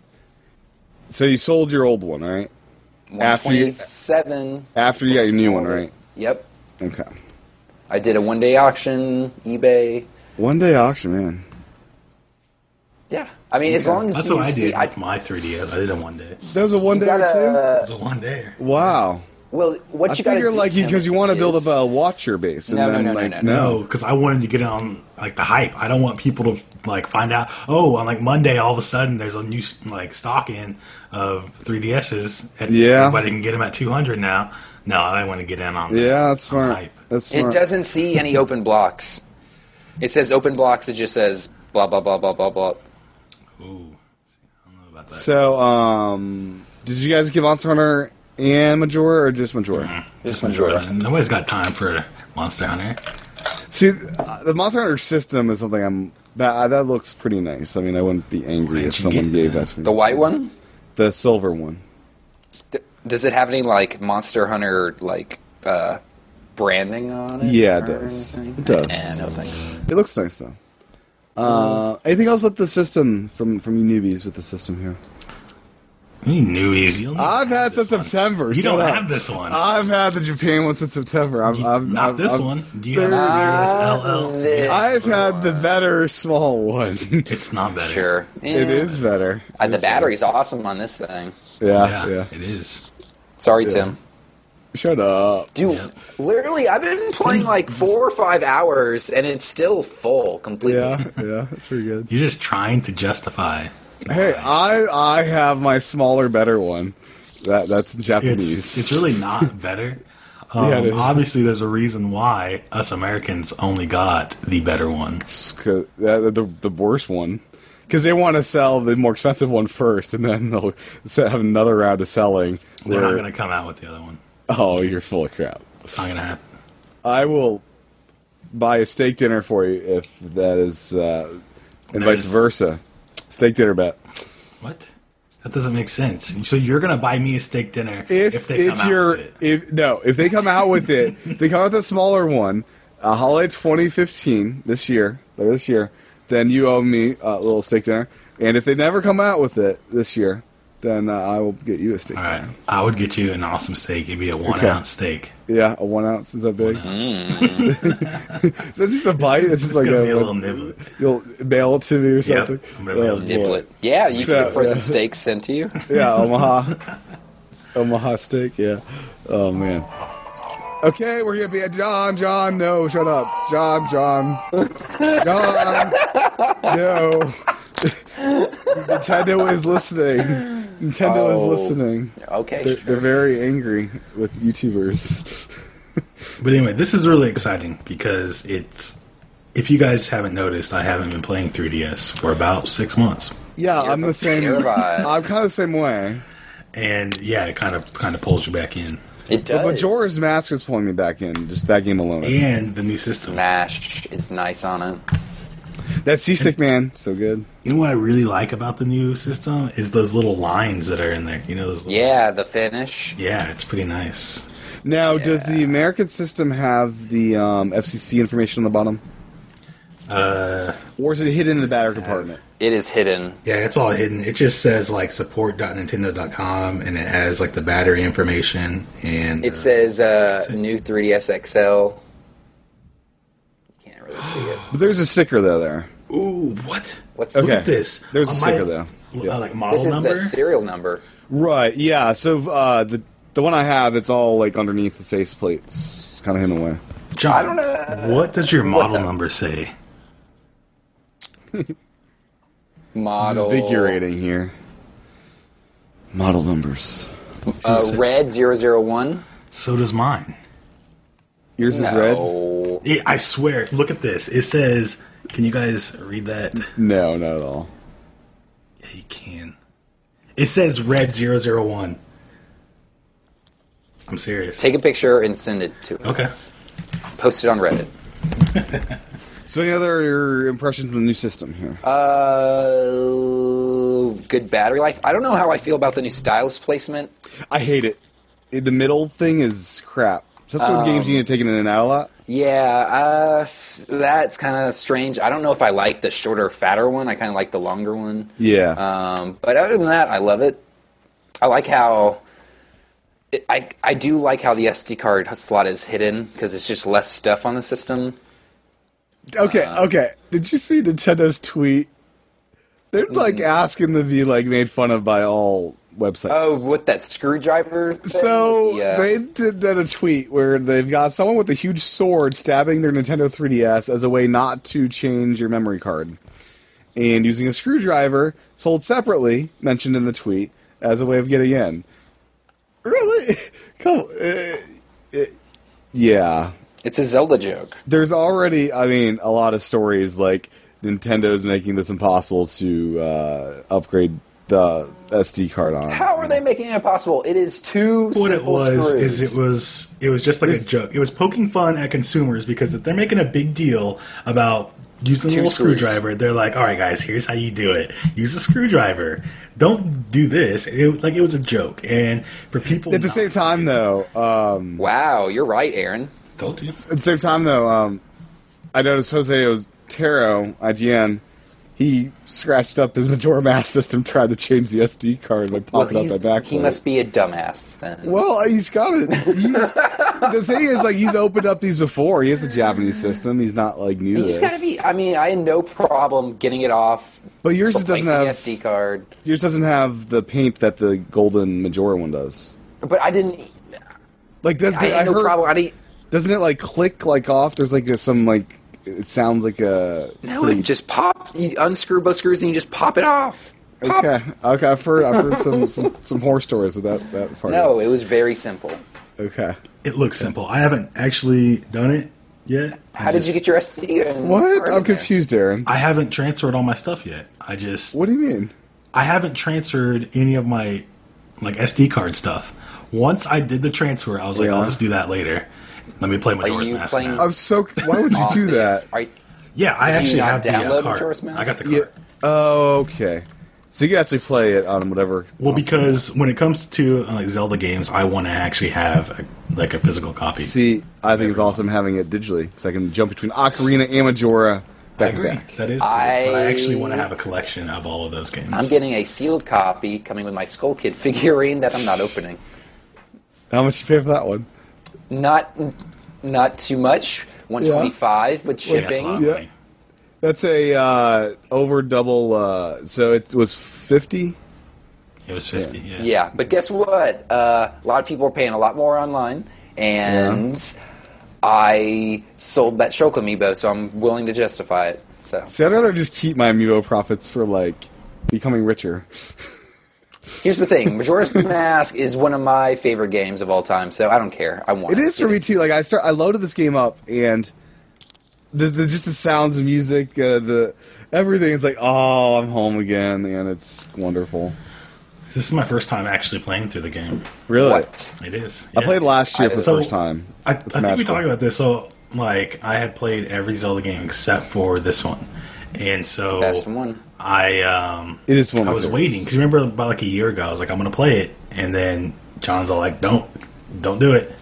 [SPEAKER 2] So you sold your old one, right? After you-
[SPEAKER 3] 127.
[SPEAKER 2] After you got your new one, right?
[SPEAKER 3] Yep,
[SPEAKER 2] Okay.
[SPEAKER 3] I did a one-day auction, eBay.
[SPEAKER 2] One day auction, man.
[SPEAKER 3] Yeah, I mean, as long as
[SPEAKER 4] That's
[SPEAKER 3] you
[SPEAKER 4] what I
[SPEAKER 3] see,
[SPEAKER 4] did
[SPEAKER 3] I,
[SPEAKER 4] with my 3DS. I did it one day. It
[SPEAKER 2] That was a one
[SPEAKER 3] you
[SPEAKER 2] day or two?
[SPEAKER 3] gotta-
[SPEAKER 4] was a one day.
[SPEAKER 2] Wow.
[SPEAKER 3] Well, what
[SPEAKER 2] I
[SPEAKER 3] you got to
[SPEAKER 2] figure like
[SPEAKER 3] do
[SPEAKER 2] because you want to build up
[SPEAKER 3] is-
[SPEAKER 2] a watcher base and
[SPEAKER 3] No, no,
[SPEAKER 2] then
[SPEAKER 3] no, no,
[SPEAKER 2] like
[SPEAKER 3] no,
[SPEAKER 4] No, because I wanted to get on like the hype. I don't want people to like find out. Oh, on like Monday, all of a sudden there's a new like stock in of 3DSs, and
[SPEAKER 2] Yeah.
[SPEAKER 4] everybody can get them at 200 now. No, I want to get in on.
[SPEAKER 2] Yeah, that's
[SPEAKER 4] on
[SPEAKER 2] smart.
[SPEAKER 4] hype.
[SPEAKER 2] That's
[SPEAKER 3] It
[SPEAKER 2] smart.
[SPEAKER 3] doesn't see any open blocks. It says open blocks. It just says blah blah blah blah blah blah.
[SPEAKER 4] Ooh, I don't know about that.
[SPEAKER 2] So, um, did you guys give Monster Hunter and Majora or just Majora?
[SPEAKER 4] Mm-hmm.
[SPEAKER 3] Just
[SPEAKER 4] Nobody's got time for Monster Hunter.
[SPEAKER 2] See, uh, the Monster Hunter system is something I'm that uh, that looks pretty nice. I mean, I wouldn't be angry
[SPEAKER 4] Where'd
[SPEAKER 2] if
[SPEAKER 4] you
[SPEAKER 2] someone
[SPEAKER 4] get
[SPEAKER 2] gave
[SPEAKER 4] that?
[SPEAKER 2] that to me.
[SPEAKER 3] The white one.
[SPEAKER 2] the silver one.
[SPEAKER 3] D- Does it have any like Monster Hunter like uh, branding on it?
[SPEAKER 2] Yeah, it
[SPEAKER 3] or
[SPEAKER 2] does.
[SPEAKER 3] anything?
[SPEAKER 2] It does.
[SPEAKER 3] Eh, no thanks.
[SPEAKER 2] It looks nice though. Uh, anything else with the system from from you newbies with the system here?
[SPEAKER 4] You newbies. You don't even
[SPEAKER 2] I've had
[SPEAKER 4] have this
[SPEAKER 2] since
[SPEAKER 4] one.
[SPEAKER 2] September. Uh,
[SPEAKER 4] You
[SPEAKER 2] shut
[SPEAKER 4] don't
[SPEAKER 2] up.
[SPEAKER 4] have this one.
[SPEAKER 2] I've had the Japan one since September. I'm,
[SPEAKER 4] You-
[SPEAKER 2] I'm
[SPEAKER 4] not
[SPEAKER 2] I'm-
[SPEAKER 4] this
[SPEAKER 2] I'm-
[SPEAKER 4] one. Do you have
[SPEAKER 2] There-
[SPEAKER 4] USLL?
[SPEAKER 3] this
[SPEAKER 2] I've had the better small one. (laughs)
[SPEAKER 4] It's not better.
[SPEAKER 3] Sure.
[SPEAKER 2] It
[SPEAKER 3] Yeah.
[SPEAKER 2] is better.
[SPEAKER 3] Uh, the
[SPEAKER 2] It's better.
[SPEAKER 3] battery's awesome on this thing.
[SPEAKER 2] Yeah,
[SPEAKER 4] Yeah,
[SPEAKER 2] yeah.
[SPEAKER 4] it is.
[SPEAKER 3] Sorry,
[SPEAKER 2] Yeah.
[SPEAKER 3] Tim.
[SPEAKER 2] Shut up.
[SPEAKER 3] Dude, literally, I've been playing like four or five hours, and it's still full completely.
[SPEAKER 2] Yeah, yeah. That's pretty good.
[SPEAKER 4] You're just trying to justify.
[SPEAKER 2] Hey,
[SPEAKER 4] why.
[SPEAKER 2] I I have my smaller, better one. That that's Japanese.
[SPEAKER 4] it's it's really
[SPEAKER 2] (laughs)
[SPEAKER 4] not better. Um,
[SPEAKER 2] Yeah, it is.
[SPEAKER 4] obviously, there's a reason why us Americans only got the better one.
[SPEAKER 2] It's 'cause- that- uh, the the worst one because they want to sell the more expensive one first, and then they'll s- have another round of selling.
[SPEAKER 4] They're
[SPEAKER 2] where-
[SPEAKER 4] not going to come out with the other one.
[SPEAKER 2] oh, you're full of crap.
[SPEAKER 4] It's not going to happen.
[SPEAKER 2] I will buy a steak dinner for you if that is, uh, and vice
[SPEAKER 4] There's-
[SPEAKER 2] versa. Steak dinner bet.
[SPEAKER 4] What? That doesn't make sense. So you're going to buy me a steak dinner if,
[SPEAKER 2] If if,
[SPEAKER 4] they come out
[SPEAKER 2] you're
[SPEAKER 4] with it.
[SPEAKER 2] if no if they come out with
[SPEAKER 4] (laughs)
[SPEAKER 2] it, if they come out with a smaller one, a holiday 2015 this year, like this year, then you owe me a little steak dinner. And if they never come out with it this year, then uh, I will get you a steak.
[SPEAKER 4] All
[SPEAKER 2] dinner.
[SPEAKER 4] right, I would get you an awesome steak. It'd be a one
[SPEAKER 2] Okay.
[SPEAKER 4] ounce steak.
[SPEAKER 2] Yeah, a one ounce is that big. (laughs) so it's just a bite. It's just
[SPEAKER 4] It's
[SPEAKER 2] like
[SPEAKER 4] gonna
[SPEAKER 2] a,
[SPEAKER 4] be a little nibble.
[SPEAKER 2] You'll mail it to me or
[SPEAKER 4] Yep,
[SPEAKER 2] something. Oh,
[SPEAKER 4] I'm gonna mail it.
[SPEAKER 2] boy.
[SPEAKER 3] Diplet. Yeah, you
[SPEAKER 2] So-
[SPEAKER 3] get a
[SPEAKER 2] (laughs)
[SPEAKER 3] frozen
[SPEAKER 2] so-
[SPEAKER 3] steak sent to you.
[SPEAKER 2] Yeah, Omaha. It's Omaha steak, yeah. Oh man. Okay, we're gonna be at John, John, no, shut up. John, John. John No. Nintendo is listening. Nintendo
[SPEAKER 3] Oh.
[SPEAKER 2] is listening.
[SPEAKER 3] Okay,
[SPEAKER 2] They're,
[SPEAKER 3] sure.
[SPEAKER 2] they're very angry with YouTubers.
[SPEAKER 4] But anyway, this is really exciting because it's. If you guys haven't noticed, I haven't been playing 3DS for about six months,
[SPEAKER 2] Yeah, I'm the same.
[SPEAKER 3] You're right.
[SPEAKER 2] I'm kind of the same way.
[SPEAKER 4] and yeah, it kind of kind of pulls you back in.
[SPEAKER 3] It does.
[SPEAKER 2] But Majora's Mask is pulling me back in. Just that game alone.
[SPEAKER 4] And the new system.
[SPEAKER 3] Smash is nice on it.
[SPEAKER 2] That seasick man, so good.
[SPEAKER 4] You know what I really like about the new system is those little lines that are in there. You know those. Little,
[SPEAKER 3] Yeah, the finish.
[SPEAKER 4] Yeah, it's pretty nice.
[SPEAKER 2] Now, does the American system have the um, FCC information on the bottom,
[SPEAKER 4] Uh,
[SPEAKER 2] or is it hidden in the battery compartment?
[SPEAKER 3] It is hidden.
[SPEAKER 4] yeah, it's all hidden. It just says like support.nintendo.com, and it has like the battery information and
[SPEAKER 3] It says uh, new 3DS XL. You can't really
[SPEAKER 2] (gasps)
[SPEAKER 3] see it.
[SPEAKER 2] But there's a sticker though there.
[SPEAKER 4] Ooh, what?
[SPEAKER 3] What's
[SPEAKER 4] Look
[SPEAKER 2] Okay.
[SPEAKER 4] at this.
[SPEAKER 2] There's a
[SPEAKER 4] On
[SPEAKER 2] sticker, though.
[SPEAKER 4] l-
[SPEAKER 2] Yeah.
[SPEAKER 4] uh, like model
[SPEAKER 3] This is
[SPEAKER 4] number.
[SPEAKER 3] the serial number.
[SPEAKER 2] Right. Yeah. So uh, the the one I have, it's all like underneath the face plates, kind of hidden away.
[SPEAKER 4] John,
[SPEAKER 3] I don't know.
[SPEAKER 4] What does your model
[SPEAKER 3] the-
[SPEAKER 4] number say?
[SPEAKER 3] Model.
[SPEAKER 2] Invigorating here. Model numbers.
[SPEAKER 3] Uh, red 001.
[SPEAKER 4] So does mine.
[SPEAKER 2] Yours is red.
[SPEAKER 3] No.
[SPEAKER 4] It, I swear. Look at this. It says. Can you guys read that?
[SPEAKER 2] No, not at all.
[SPEAKER 4] Yeah, you can. It says red 001. I'm serious.
[SPEAKER 3] Take a picture and send it to us.
[SPEAKER 4] okay.
[SPEAKER 3] Post it on Reddit.
[SPEAKER 2] So, any other impressions of the new system here?
[SPEAKER 3] Uh, good battery life. I don't know how I feel about the new stylus placement.
[SPEAKER 2] I hate it. It- The middle thing is crap. Especially
[SPEAKER 3] um,
[SPEAKER 2] with games you need to take it in and out a lot.
[SPEAKER 3] Yeah, uh, s- that's kind of strange. I don't know if I like the shorter, fatter one. I kind of like the longer one.
[SPEAKER 2] Yeah.
[SPEAKER 3] Um, but other than that, I love it. I like how. It, I I do like how the SD card slot is hidden because it's just less stuff on the system.
[SPEAKER 2] Okay,
[SPEAKER 3] uh,
[SPEAKER 2] okay. Did you see Nintendo's tweet? They're
[SPEAKER 3] Hmm.
[SPEAKER 2] like asking to be like made fun of by all websites.
[SPEAKER 3] Oh, with that screwdriver. thing? uh,
[SPEAKER 2] so
[SPEAKER 3] Yeah.
[SPEAKER 2] they did did a tweet where they've got someone with a huge sword stabbing their Nintendo 3DS as a way not to change your memory card, and using a screwdriver sold separately, mentioned in the tweet, as a way of getting in. Really? (laughs) Come. Uh, uh, yeah
[SPEAKER 3] it's a Zelda joke.
[SPEAKER 2] there's already i mean a lot of stories like nintendo's making this impossible to uh, upgrade the sd card on
[SPEAKER 3] How are they making it possible? It is two
[SPEAKER 4] what it
[SPEAKER 3] simple
[SPEAKER 4] was
[SPEAKER 3] screws.
[SPEAKER 4] is it was it was just like a joke. It was poking fun at consumers because if they're making a big deal about using a
[SPEAKER 3] Two
[SPEAKER 4] little
[SPEAKER 3] screws.
[SPEAKER 4] screwdriver, they're like, "All right, guys, here's how you do it. Use a screwdriver. Don't do this." It, like it was a joke, and for people
[SPEAKER 2] at the
[SPEAKER 4] not-
[SPEAKER 2] same time though um
[SPEAKER 3] Wow, you're right, Aaron.
[SPEAKER 4] told you.
[SPEAKER 2] at the same time though um i noticed jose Otero, ign he scratched up his Majora Mask system, tried to change the SD card by popping
[SPEAKER 3] Well,
[SPEAKER 2] out
[SPEAKER 3] he's-
[SPEAKER 2] that back.
[SPEAKER 3] he must be a dumbass then.
[SPEAKER 2] Well, he's got it. He's, the thing is, like, he's opened up these before. He has a Japanese system. He's not like new. to
[SPEAKER 3] He's got to
[SPEAKER 2] this.
[SPEAKER 3] be. I mean, I had no problem getting it off.
[SPEAKER 2] But yours doesn't
[SPEAKER 3] replacing
[SPEAKER 2] have-
[SPEAKER 3] the SD card.
[SPEAKER 2] Yours doesn't have the paint that the golden Majora one does.
[SPEAKER 3] But I didn't.
[SPEAKER 2] Like, does,
[SPEAKER 3] I
[SPEAKER 2] I,
[SPEAKER 3] had no
[SPEAKER 2] heard,
[SPEAKER 3] problem. I didn't.
[SPEAKER 2] doesn't it like click like off? There's like a, some like it sounds like a
[SPEAKER 3] No, it just pop. You unscrew both screws and you just pop it off. Pop.
[SPEAKER 2] okay. Okay, I've heard I've heard
[SPEAKER 3] (laughs)
[SPEAKER 2] some, some some horror stories of that that part.
[SPEAKER 3] No, it was very simple.
[SPEAKER 2] Okay.
[SPEAKER 4] It looks simple. I haven't actually done it yet. I
[SPEAKER 3] How did you
[SPEAKER 4] just-
[SPEAKER 3] get your SD? and card
[SPEAKER 2] What?
[SPEAKER 3] in
[SPEAKER 2] I'm
[SPEAKER 3] there?
[SPEAKER 2] confused, Aaron.
[SPEAKER 4] I haven't transferred all my stuff yet. I just
[SPEAKER 2] What do you mean?
[SPEAKER 4] I haven't transferred any of my like SD card stuff. Once I did the transfer, I was like,
[SPEAKER 2] Yeah.
[SPEAKER 4] I'll just do that later. Let me play Majora's
[SPEAKER 3] you
[SPEAKER 4] Mask
[SPEAKER 3] playing-
[SPEAKER 4] now.
[SPEAKER 2] I'm so. Why would you do
[SPEAKER 3] Obvious.
[SPEAKER 2] that?
[SPEAKER 3] Are you-
[SPEAKER 4] Yeah, I
[SPEAKER 3] Did you
[SPEAKER 4] actually
[SPEAKER 3] not
[SPEAKER 4] have the uh,
[SPEAKER 3] download
[SPEAKER 4] card.
[SPEAKER 3] Majora's Mask?
[SPEAKER 4] I got the card.
[SPEAKER 2] Yeah. Oh, okay. So you can actually play it on whatever.
[SPEAKER 4] Well, because when it comes to uh, like Zelda games, I want to actually have a, like a physical copy.
[SPEAKER 2] See, I think it's awesome having it digitally because I can jump between Ocarina and Majora
[SPEAKER 4] I
[SPEAKER 2] back to
[SPEAKER 4] agree.
[SPEAKER 2] back.
[SPEAKER 4] That is. Cool.
[SPEAKER 3] I-
[SPEAKER 4] But I actually want to have a collection of all of those games.
[SPEAKER 3] I'm getting a sealed copy coming with my Skull Kid (laughs) figurine that I'm not opening.
[SPEAKER 2] How much you pay for that one?
[SPEAKER 3] Not, not too much. 125 with
[SPEAKER 4] Yeah, that's a
[SPEAKER 3] shipping.
[SPEAKER 4] lot of
[SPEAKER 2] Yeah.
[SPEAKER 4] money.
[SPEAKER 2] That's a uh, over double. Uh, so it was fifty.
[SPEAKER 4] It was fifty. Yeah.
[SPEAKER 3] Yeah, but guess what? Uh, a lot of people are paying a lot more online, and I sold that Shulk amiibo, so I'm willing to justify it. So
[SPEAKER 2] See, I'd rather just keep my amiibo profits for like becoming richer.
[SPEAKER 3] here's the
[SPEAKER 2] (laughs)
[SPEAKER 3] thing: Majora's Mask is one of my favorite games of all time, so I don't care. I want
[SPEAKER 2] It is for me too. Like I start, I loaded this game up, and the, the just the sounds of music, uh, the everything. It's like, oh, I'm home again, and it's wonderful.
[SPEAKER 4] This is my first time actually playing through the game.
[SPEAKER 2] Really,
[SPEAKER 3] What?
[SPEAKER 4] It is.
[SPEAKER 2] I
[SPEAKER 4] Yeah.
[SPEAKER 2] played last year for the
[SPEAKER 4] So,
[SPEAKER 2] first time.
[SPEAKER 4] I, I
[SPEAKER 2] It's
[SPEAKER 4] think we
[SPEAKER 2] magical.
[SPEAKER 4] talked about this. So, like, I had played every Zelda game except for this one, and so
[SPEAKER 3] Best one.
[SPEAKER 4] I um,
[SPEAKER 2] It is one. Of
[SPEAKER 4] I
[SPEAKER 2] my
[SPEAKER 4] was
[SPEAKER 2] favorites.
[SPEAKER 4] waiting because remember about like a year ago, I was like, I'm gonna play it, and then John's all like, don't, don't
[SPEAKER 2] (laughs)
[SPEAKER 4] do it.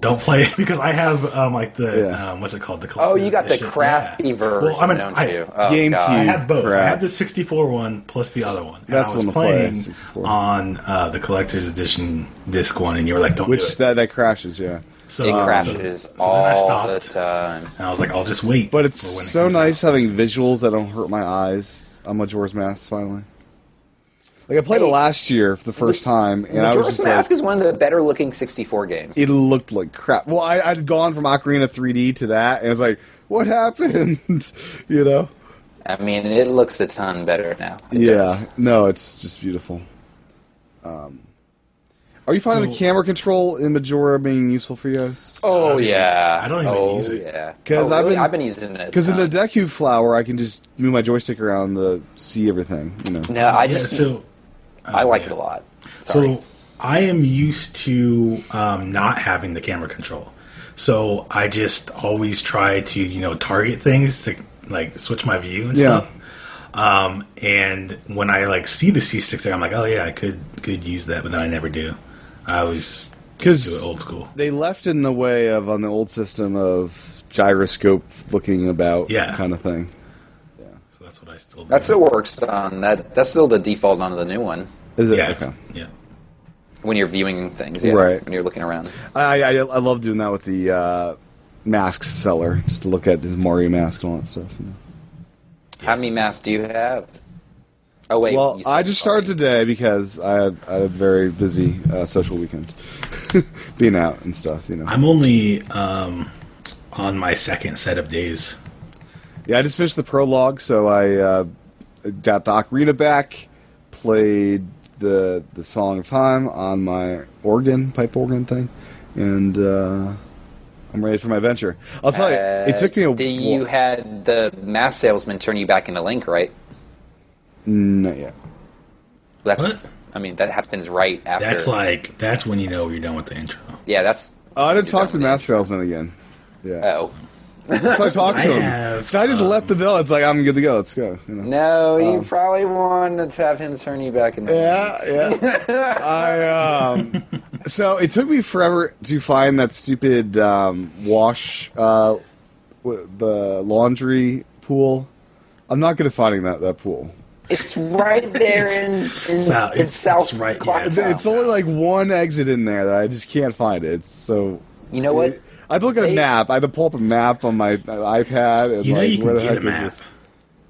[SPEAKER 4] Don't play it (laughs) because I have um, like the
[SPEAKER 2] Yeah.
[SPEAKER 4] um, what's it called the
[SPEAKER 3] Oh, you got the
[SPEAKER 4] collector's edition.
[SPEAKER 3] crappy
[SPEAKER 4] Yeah.
[SPEAKER 3] version,
[SPEAKER 4] Well, I mean,
[SPEAKER 3] don't
[SPEAKER 4] I-
[SPEAKER 3] you? Oh,
[SPEAKER 2] GameCube.
[SPEAKER 4] I
[SPEAKER 3] God.
[SPEAKER 4] had both. I
[SPEAKER 2] Crap.
[SPEAKER 4] had the 64 one plus the other one. And
[SPEAKER 2] That's
[SPEAKER 4] I was
[SPEAKER 2] the one to play,
[SPEAKER 4] playing
[SPEAKER 2] 64.
[SPEAKER 4] on uh, the collector's edition disc one, and you were like, "Don't do
[SPEAKER 2] Which
[SPEAKER 4] it."
[SPEAKER 2] that that crashes, yeah.
[SPEAKER 4] So,
[SPEAKER 3] It
[SPEAKER 4] um,
[SPEAKER 3] crashes
[SPEAKER 4] so- so
[SPEAKER 3] all
[SPEAKER 4] then I
[SPEAKER 3] the
[SPEAKER 4] stopped,
[SPEAKER 3] time.
[SPEAKER 4] and I was like, "I'll just wait."
[SPEAKER 2] But it's
[SPEAKER 4] for when it
[SPEAKER 2] so
[SPEAKER 4] comes out.
[SPEAKER 2] nice having visuals that don't hurt my eyes on Majora's Mask finally. Like I played it
[SPEAKER 3] Hey,
[SPEAKER 2] last year for the first time, and I was
[SPEAKER 3] Majora's
[SPEAKER 2] just
[SPEAKER 3] Mask
[SPEAKER 2] like,
[SPEAKER 3] is one of the better looking 64 games.
[SPEAKER 2] it looked like crap. Well, I, I'd gone from Ocarina 3D to that, and it's like, what happened? (laughs) you know?
[SPEAKER 3] I mean, it looks a ton better now. It
[SPEAKER 2] yeah.
[SPEAKER 3] does.
[SPEAKER 2] No, it's just beautiful. Um, are you finding
[SPEAKER 4] So-
[SPEAKER 2] the camera control in Majora being useful for you guys?
[SPEAKER 3] Oh
[SPEAKER 4] I don't even-
[SPEAKER 3] yeah.
[SPEAKER 4] I don't even
[SPEAKER 3] oh,
[SPEAKER 4] use it.
[SPEAKER 3] Yeah.
[SPEAKER 2] 'Cause
[SPEAKER 3] oh,
[SPEAKER 2] I've
[SPEAKER 3] really?
[SPEAKER 2] been-
[SPEAKER 3] I've been using it. a
[SPEAKER 2] Because in the
[SPEAKER 3] ton.
[SPEAKER 2] Deku Flower, I can just move my joystick around to see everything. You know.
[SPEAKER 3] No, I
[SPEAKER 4] Yeah,
[SPEAKER 3] just
[SPEAKER 2] oh,
[SPEAKER 4] so
[SPEAKER 3] I like
[SPEAKER 4] yeah.
[SPEAKER 3] it a lot. Sorry.
[SPEAKER 4] so I am used to um, not having the camera control. So I just always try to you know target things to like switch my view and
[SPEAKER 2] Yeah.
[SPEAKER 4] stuff. Um, and when I like see the C stick, I'm like, oh yeah, I could could use that, but then I never do. I always just
[SPEAKER 2] 'Cause-
[SPEAKER 4] do it old school.
[SPEAKER 2] They left in the way of on the old system of gyroscope looking about
[SPEAKER 4] Yeah.
[SPEAKER 2] kind of thing.
[SPEAKER 4] So that's what I still. Do.
[SPEAKER 3] That's what works on that. That's still the default on the new one
[SPEAKER 2] Is it
[SPEAKER 4] yeah,
[SPEAKER 2] okay?
[SPEAKER 4] it's- yeah.
[SPEAKER 3] when you're viewing things, yeah,
[SPEAKER 2] Right.
[SPEAKER 3] When you're looking around.
[SPEAKER 2] I, I I love doing that with the uh, mask seller, just to look at his Mori mask and all that stuff. you know.
[SPEAKER 3] How many masks do you have? Oh wait.
[SPEAKER 2] Well,
[SPEAKER 3] you said-
[SPEAKER 2] I just started today because I had, I had a very busy uh, social weekend, (laughs) being out and stuff. You know,
[SPEAKER 4] I'm only um, on my second set of days.
[SPEAKER 2] yeah. I just finished the prologue, so I uh, got the ocarina back, played the the song of time on my organ, pipe organ thing, and uh, I'm ready for my adventure. I'll tell you, it took me a
[SPEAKER 3] Uh, Do you
[SPEAKER 2] wh-
[SPEAKER 3] had the mask salesman turn you back into Link, right?
[SPEAKER 2] not yet.
[SPEAKER 3] That's.
[SPEAKER 4] What?
[SPEAKER 3] I mean, that happens right after.
[SPEAKER 4] That's like that's when you know you're done with the intro.
[SPEAKER 3] Yeah, that's.
[SPEAKER 2] Oh, I didn't
[SPEAKER 3] you're
[SPEAKER 2] talk to
[SPEAKER 3] done
[SPEAKER 2] the
[SPEAKER 3] with
[SPEAKER 2] mask salesman again. Yeah.
[SPEAKER 3] it. Oh.
[SPEAKER 2] So I talked to
[SPEAKER 4] (laughs) I
[SPEAKER 2] him.
[SPEAKER 4] have, um,
[SPEAKER 2] so I just left the bill. It's like I'm good to go. Let's go. You know?
[SPEAKER 3] No, you probably wanted to have him turn you back in. the
[SPEAKER 2] Oh. Yeah, yeah. I um. So it took me forever to find that stupid um, wash uh, w- the laundry pool. I'm not good at finding that that pool. (laughs)
[SPEAKER 3] It's right there in, in,
[SPEAKER 4] it's out-
[SPEAKER 3] in
[SPEAKER 4] it's-
[SPEAKER 3] South
[SPEAKER 4] it's right-
[SPEAKER 3] Clark-
[SPEAKER 4] yeah, it's
[SPEAKER 2] It's only like one exit in there that I just can't find it. It's so.
[SPEAKER 3] You know what?
[SPEAKER 2] I had to look at a
[SPEAKER 3] They-
[SPEAKER 2] map. I had to pull up a map on my iPad. And
[SPEAKER 4] You know
[SPEAKER 2] like,
[SPEAKER 4] you
[SPEAKER 2] where
[SPEAKER 4] can
[SPEAKER 2] the
[SPEAKER 4] get
[SPEAKER 2] heck is
[SPEAKER 4] a map.
[SPEAKER 2] this?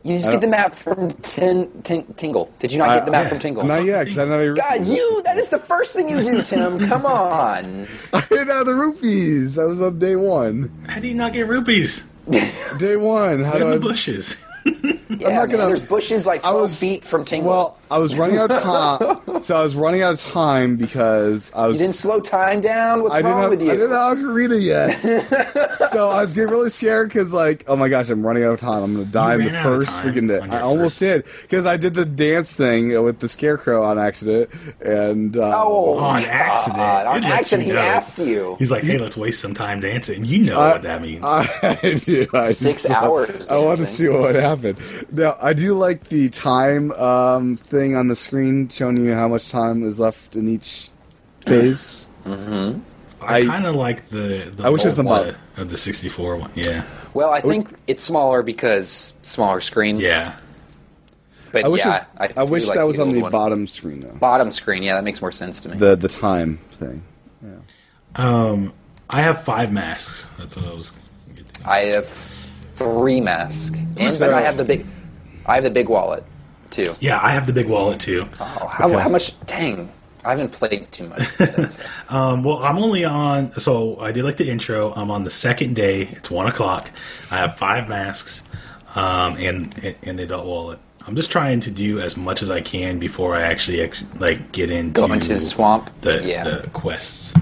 [SPEAKER 3] You just
[SPEAKER 2] I
[SPEAKER 3] get the
[SPEAKER 2] don't-
[SPEAKER 3] map from tin, tin, Tingle. Did you not
[SPEAKER 2] I-
[SPEAKER 3] get the map
[SPEAKER 4] yeah.
[SPEAKER 3] from Tingle?
[SPEAKER 2] Not yet, 'cause I don't have any
[SPEAKER 3] God, you, that is the first thing you do, Tim. Come on.
[SPEAKER 2] (laughs) I didn't have the rupees. I was on day one.
[SPEAKER 4] How do you not get rupees?
[SPEAKER 2] Day one. How
[SPEAKER 4] They're in
[SPEAKER 2] do I?
[SPEAKER 4] the bushes. (laughs)
[SPEAKER 3] Yeah, man,
[SPEAKER 2] gonna-
[SPEAKER 3] there's bushes like
[SPEAKER 2] I
[SPEAKER 3] 12
[SPEAKER 2] was-
[SPEAKER 3] feet from Tingle.
[SPEAKER 2] Well, I was running out of
[SPEAKER 3] (laughs)
[SPEAKER 2] time. so I was running out of time because I was.
[SPEAKER 3] you didn't slow time down? What's
[SPEAKER 2] I didn't
[SPEAKER 3] wrong
[SPEAKER 2] have
[SPEAKER 3] with you?
[SPEAKER 2] I didn't have ocarina yet.
[SPEAKER 3] (laughs)
[SPEAKER 2] so I was getting really scared because, like, oh my gosh, I'm running out of time. I'm gonna die in
[SPEAKER 4] You
[SPEAKER 2] the
[SPEAKER 4] ran out of
[SPEAKER 2] first
[SPEAKER 4] time
[SPEAKER 2] freaking day.
[SPEAKER 4] on your
[SPEAKER 2] I almost did because I did the dance thing with the scarecrow on accident, and uh,
[SPEAKER 3] Oh,
[SPEAKER 4] on accident.
[SPEAKER 3] God, on
[SPEAKER 4] It lets
[SPEAKER 3] accident,
[SPEAKER 4] you
[SPEAKER 3] he
[SPEAKER 4] know.
[SPEAKER 3] asked you.
[SPEAKER 4] He's like, hey, let's waste some time dancing. You know what that means.
[SPEAKER 2] I (laughs) do. I
[SPEAKER 3] Six
[SPEAKER 2] just-
[SPEAKER 3] hours
[SPEAKER 2] I want to
[SPEAKER 3] dancing.
[SPEAKER 2] see what happened. Now, I do like the time um, thing on the screen showing you how much time is left in each phase.
[SPEAKER 4] I,
[SPEAKER 2] I-
[SPEAKER 4] kind of like the, the
[SPEAKER 2] I wish it was the
[SPEAKER 4] bulk
[SPEAKER 2] mug.
[SPEAKER 4] of the 64 one. Yeah.
[SPEAKER 3] Well, I think it's smaller because smaller screen.
[SPEAKER 4] Yeah.
[SPEAKER 3] But
[SPEAKER 2] I wish,
[SPEAKER 3] yeah,
[SPEAKER 2] it was, I,
[SPEAKER 3] do
[SPEAKER 2] wish
[SPEAKER 3] like
[SPEAKER 2] that was on
[SPEAKER 3] old
[SPEAKER 2] the
[SPEAKER 3] one.
[SPEAKER 2] bottom screen though.
[SPEAKER 3] bottom screen. Yeah, that makes more sense to me.
[SPEAKER 2] The the time thing.
[SPEAKER 4] Um, I have five masks. That's what I was.
[SPEAKER 3] I have three masks, and
[SPEAKER 2] So-
[SPEAKER 3] but I have the big, I have the big wallet too.
[SPEAKER 4] Yeah, I have the big wallet too.
[SPEAKER 3] Oh, how,
[SPEAKER 4] Okay.
[SPEAKER 3] how much? Dang, I haven't played too much.
[SPEAKER 2] (laughs)
[SPEAKER 3] So.
[SPEAKER 4] Um, well, I'm only on. So I did like the intro. I'm on the second day. It's one o'clock. I have five masks, um, and and the adult wallet. I'm just trying to do as much as I can before I actually, ex like get into
[SPEAKER 3] Go into the swamp.
[SPEAKER 4] The,
[SPEAKER 3] yeah,
[SPEAKER 4] the quests.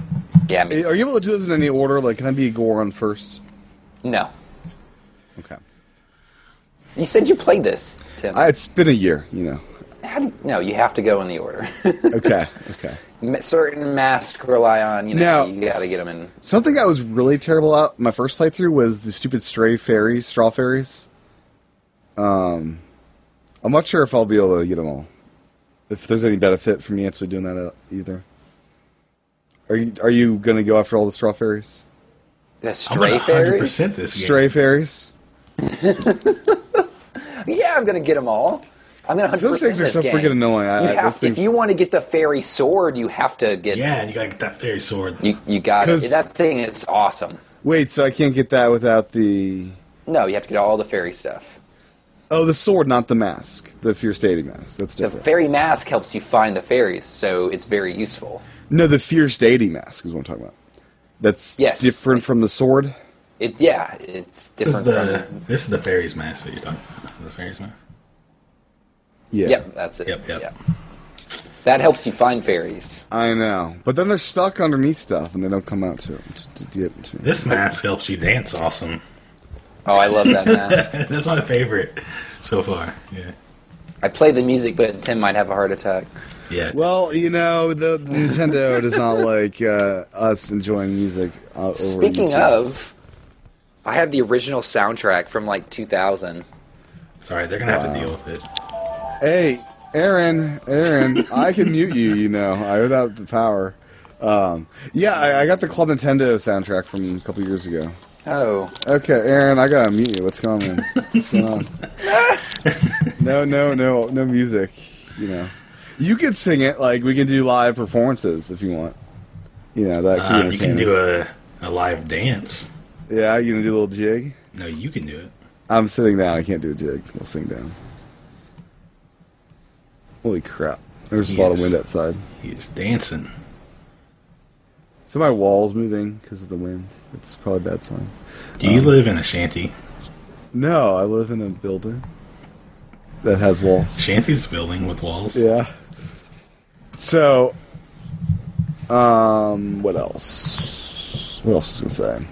[SPEAKER 3] yeah. me-
[SPEAKER 2] Are you able to do those in any order? Like, can I be a Goron first?
[SPEAKER 3] no,
[SPEAKER 2] Okay.
[SPEAKER 3] you said you played this, Tim.
[SPEAKER 2] I, it's been a year, you know.
[SPEAKER 3] how do, no, you have to go in the order. (laughs)
[SPEAKER 2] Okay. Okay.
[SPEAKER 3] M- Certain masks rely on you
[SPEAKER 2] Now,
[SPEAKER 3] know. you got to get them in.
[SPEAKER 2] Something I was really terrible at my first playthrough was the stupid stray fairies, straw fairies. Um, I'm not sure if I'll be able to get them all. If there's any benefit from me actually doing that uh, either. Are you are you gonna go after all the straw fairies?
[SPEAKER 3] The
[SPEAKER 4] I'm
[SPEAKER 3] stray
[SPEAKER 4] gonna
[SPEAKER 3] fairies.
[SPEAKER 4] 100% this game.
[SPEAKER 2] Stray fairies.
[SPEAKER 3] Yeah, I'm gonna get them all. I'm gonna. 100%
[SPEAKER 2] Those things are
[SPEAKER 3] this
[SPEAKER 2] so
[SPEAKER 3] game.
[SPEAKER 2] freaking annoying. I,
[SPEAKER 3] You
[SPEAKER 2] I-
[SPEAKER 3] have-
[SPEAKER 2] those
[SPEAKER 3] if
[SPEAKER 2] things-
[SPEAKER 3] you want to get the fairy sword, you have to get.
[SPEAKER 4] Yeah, you gotta get that fairy sword.
[SPEAKER 3] You, you got it.
[SPEAKER 2] 'Cause-
[SPEAKER 3] That thing is awesome.
[SPEAKER 2] Wait, so I can't get that without the
[SPEAKER 3] No, you have to get all the fairy stuff.
[SPEAKER 2] oh the sword, not the mask, the fear dating mask. That's
[SPEAKER 3] The
[SPEAKER 2] different.
[SPEAKER 3] fairy mask helps you find the fairies, so it's very useful.
[SPEAKER 2] no, the fierce dating mask is what I'm talking about. That's
[SPEAKER 3] Yes.
[SPEAKER 2] different from the sword.
[SPEAKER 3] It yeah, it's
[SPEAKER 4] This is
[SPEAKER 3] different.
[SPEAKER 4] the
[SPEAKER 3] from,
[SPEAKER 4] this is the fairies mask that you're talking about. The fairies mask.
[SPEAKER 2] Yeah.
[SPEAKER 3] Yep, that's it.
[SPEAKER 4] Yep, yep.
[SPEAKER 3] That helps you find fairies.
[SPEAKER 2] I know. But then they're stuck underneath stuff and they don't come out to it. To, to get to me.
[SPEAKER 4] This mask helps you dance awesome. (laughs)
[SPEAKER 3] Oh, I love that mask.
[SPEAKER 4] That's my favorite so far. Yeah.
[SPEAKER 3] I I play the music, but Tim might have a heart attack.
[SPEAKER 4] Yeah.
[SPEAKER 2] Well, you know, the Nintendo does
[SPEAKER 3] (laughs)
[SPEAKER 2] not like uh, us enjoying music. Uh, over
[SPEAKER 3] Speaking
[SPEAKER 2] YouTube.
[SPEAKER 3] of, I have the original soundtrack from like 2000.
[SPEAKER 4] sorry, they're gonna have to deal with it.
[SPEAKER 2] hey, Aaron, Aaron, I can mute you. You know, I would have the power. Um, yeah, I, I got the Club Nintendo soundtrack from a couple years ago.
[SPEAKER 3] Oh,
[SPEAKER 2] Okay, Aaron, I gotta mute you. What's going on? man? What's going
[SPEAKER 4] (laughs)
[SPEAKER 2] on? no, no, no, no music. You know, you could sing it. Like we can do live performances if you want. You know that. Could
[SPEAKER 4] Uh,
[SPEAKER 2] be
[SPEAKER 4] you can
[SPEAKER 2] entertaining.
[SPEAKER 4] do a, a live dance.
[SPEAKER 2] Yeah, you gonna do a little jig?
[SPEAKER 4] No, you can do it.
[SPEAKER 2] I'm sitting down. I can't do a jig. We'll sing down. Holy crap! There's a lot of
[SPEAKER 4] Yes.
[SPEAKER 2] wind outside.
[SPEAKER 4] He's dancing.
[SPEAKER 2] So my wall's moving because of the wind. It's probably a bad sign.
[SPEAKER 4] Do you live in a shanty?
[SPEAKER 2] No, I live in a building that has walls.
[SPEAKER 3] (laughs)
[SPEAKER 4] Shanty's a building with walls.
[SPEAKER 2] Yeah. So, um, what else? What else was I gonna say?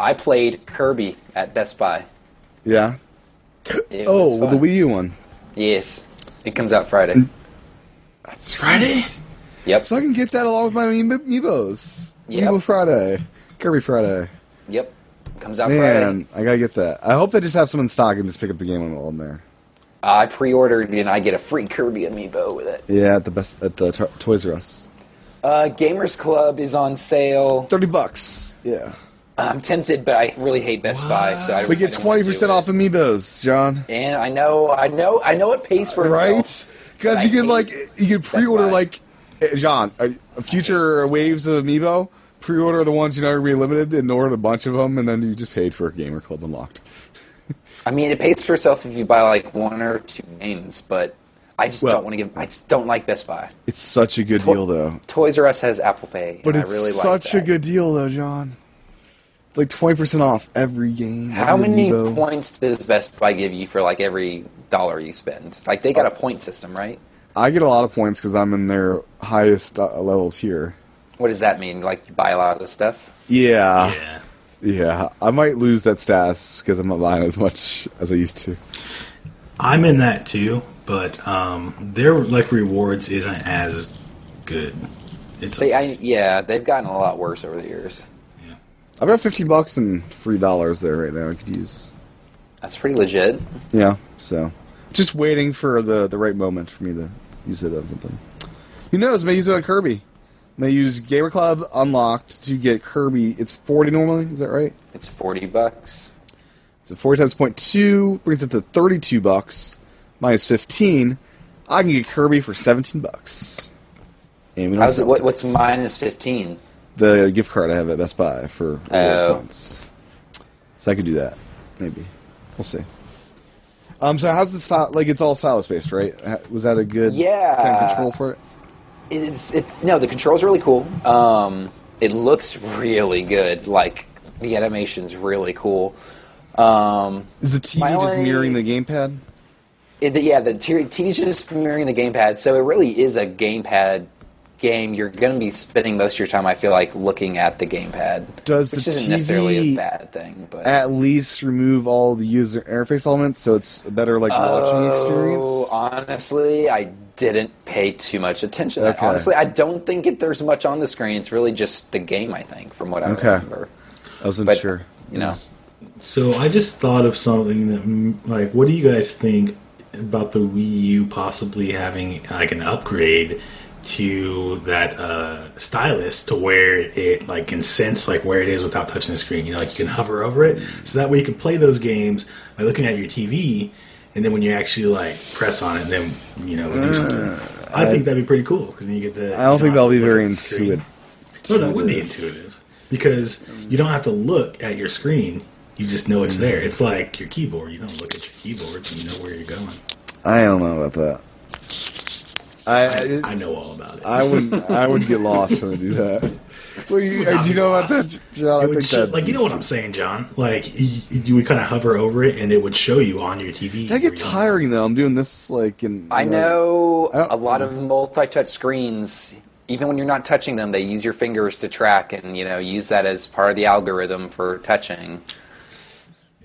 [SPEAKER 3] I played Kirby at Best Buy.
[SPEAKER 2] Yeah.
[SPEAKER 3] It
[SPEAKER 2] Oh,
[SPEAKER 3] was
[SPEAKER 2] the
[SPEAKER 3] fun.
[SPEAKER 2] Wii U one.
[SPEAKER 3] Yes, it comes out Friday.
[SPEAKER 2] That's
[SPEAKER 4] Friday.
[SPEAKER 3] Yep.
[SPEAKER 2] So I can get that along with my Amiib- Amiibos.
[SPEAKER 3] Yep.
[SPEAKER 2] Amiibo Friday, Kirby Friday.
[SPEAKER 3] Yep. Comes out Friday.
[SPEAKER 2] Man, I gotta get that. I hope they just have some in stock and just pick up the game when all in there.
[SPEAKER 3] I pre-ordered and I get a free Kirby amiibo with it.
[SPEAKER 2] Yeah, at the best at the Tar- Toys R Us.
[SPEAKER 3] Uh, Gamers Club is on sale.
[SPEAKER 2] Thirty bucks. Yeah,
[SPEAKER 3] I'm tempted, but I really hate Best Buy, so I
[SPEAKER 2] we get twenty percent off
[SPEAKER 3] Of-
[SPEAKER 2] Amiibos, John.
[SPEAKER 3] and I know, I know, I know it pays for itself.
[SPEAKER 2] right? Because
[SPEAKER 3] But
[SPEAKER 2] you
[SPEAKER 3] I
[SPEAKER 2] could
[SPEAKER 3] hate-
[SPEAKER 2] like you could pre-order
[SPEAKER 3] why.
[SPEAKER 2] like eh, John uh, future waves of amiibo. Pre-order the ones you know are gonna be limited and order a bunch of them, and then you just paid for a gamer club unlocked.
[SPEAKER 3] I mean, it pays for itself if you buy like one or two games, but I just
[SPEAKER 2] Well-
[SPEAKER 3] don't want to give. I just don't like Best Buy.
[SPEAKER 2] It's such a good
[SPEAKER 3] Toi-
[SPEAKER 2] deal, though.
[SPEAKER 3] Toys R Us has Apple Pay,
[SPEAKER 2] But
[SPEAKER 3] and
[SPEAKER 2] it's
[SPEAKER 3] I really like
[SPEAKER 2] such
[SPEAKER 3] that.
[SPEAKER 2] a good deal, though, John. It's like twenty percent off every game.
[SPEAKER 3] How
[SPEAKER 2] every
[SPEAKER 3] many
[SPEAKER 2] amiibo.
[SPEAKER 3] points does Best Buy give you for like every dollar you spend? Like they got a point system, right?
[SPEAKER 2] I get a lot of points because I'm in their highest uh, level tier.
[SPEAKER 3] What does that mean? Like you buy a lot of stuff?
[SPEAKER 2] Yeah, yeah.
[SPEAKER 4] Yeah.
[SPEAKER 2] I might lose that status because I'm not buying as much as I used to.
[SPEAKER 4] I'm in that too, but um, their like rewards isn't as good. It's
[SPEAKER 3] They, I, yeah, they've gotten a lot worse over the years.
[SPEAKER 4] yeah.
[SPEAKER 2] I've got 15 bucks and three dollars there right now. I could use.
[SPEAKER 3] That's pretty legit.
[SPEAKER 2] Yeah, so just waiting for the the right moment for me to use it on something. Who knows? May use it on Kirby. May use Gamer Club unlocked to get Kirby. It's 40 normally. Is that right?
[SPEAKER 3] It's forty bucks.
[SPEAKER 2] So 40 times point two brings it to 32 bucks minus 15. I can get Kirby for 17 bucks. And we don't
[SPEAKER 3] How's it,
[SPEAKER 2] have
[SPEAKER 3] what,
[SPEAKER 2] sales
[SPEAKER 3] what's
[SPEAKER 2] tax.
[SPEAKER 3] minus fifteen?
[SPEAKER 2] the gift card I have at Best Buy for reward
[SPEAKER 3] Oh.
[SPEAKER 2] points. So I could do that, maybe. We'll see. Um, so how's the style? Like it's all stylus based, right? Ha- Was that a good
[SPEAKER 3] Yeah.
[SPEAKER 2] kind of control for it?
[SPEAKER 3] It's it, no, the controls really cool. Um, it looks really good. Like the animation's really cool. Um,
[SPEAKER 2] Is the TV
[SPEAKER 3] My
[SPEAKER 2] just
[SPEAKER 3] only-
[SPEAKER 2] mirroring the gamepad?
[SPEAKER 3] It, yeah, the t- TV's just mirroring the gamepad, so it really is a gamepad game. You're going to be spending most of your time, I feel like, looking at the gamepad,
[SPEAKER 2] Does
[SPEAKER 3] which
[SPEAKER 2] the
[SPEAKER 3] isn't necessarily
[SPEAKER 2] TV
[SPEAKER 3] a bad thing. But
[SPEAKER 2] At least remove all the user interface elements, so it's a better like watching
[SPEAKER 3] Oh,
[SPEAKER 2] experience.
[SPEAKER 3] honestly, I didn't pay too much attention. to that.
[SPEAKER 2] Okay.
[SPEAKER 3] Honestly, I don't think it, there's much on the screen. It's really just the game, I think, from what I
[SPEAKER 2] Okay.
[SPEAKER 3] remember.
[SPEAKER 2] I wasn't
[SPEAKER 3] But
[SPEAKER 2] sure.
[SPEAKER 3] you know,
[SPEAKER 4] So I just thought of something that, mm, like, what do you guys think about the Wii U possibly having like an upgrade to that uh, stylus to where it like can sense like where it is without touching the screen? You know, like you can hover over it, so that way you can play those games by looking at your TV, and then when you actually like press on it, then you know. do something. I, think that'd be pretty cool because then you get the.
[SPEAKER 2] Uh, I don't think that'll be
[SPEAKER 4] look at
[SPEAKER 2] very
[SPEAKER 4] the screen.
[SPEAKER 2] intuitive.
[SPEAKER 4] No, that would be intuitive because you don't have to look at your screen. You just know it's there. It's like your keyboard. You don't look at your keyboard. You know where you're going.
[SPEAKER 2] I don't know about that. I
[SPEAKER 4] I know all about it.
[SPEAKER 2] I would I would get lost when I do that. Well, you,
[SPEAKER 4] would not
[SPEAKER 2] do you
[SPEAKER 4] be
[SPEAKER 2] know about
[SPEAKER 4] lost.
[SPEAKER 2] that, John?
[SPEAKER 4] It
[SPEAKER 2] I
[SPEAKER 4] would
[SPEAKER 2] think
[SPEAKER 4] show,
[SPEAKER 2] that
[SPEAKER 4] like you know what I'm saying, John. Like y- you would kind of hover over it, and it would show you on your TV.
[SPEAKER 2] I
[SPEAKER 4] where
[SPEAKER 2] get
[SPEAKER 4] you're going.
[SPEAKER 2] tiring though. I'm doing this like in.
[SPEAKER 3] I know
[SPEAKER 2] I don't-
[SPEAKER 3] a lot of multi-touch screens. Even when you're not touching them, they use your fingers to track and you know use that as part of the algorithm for touching.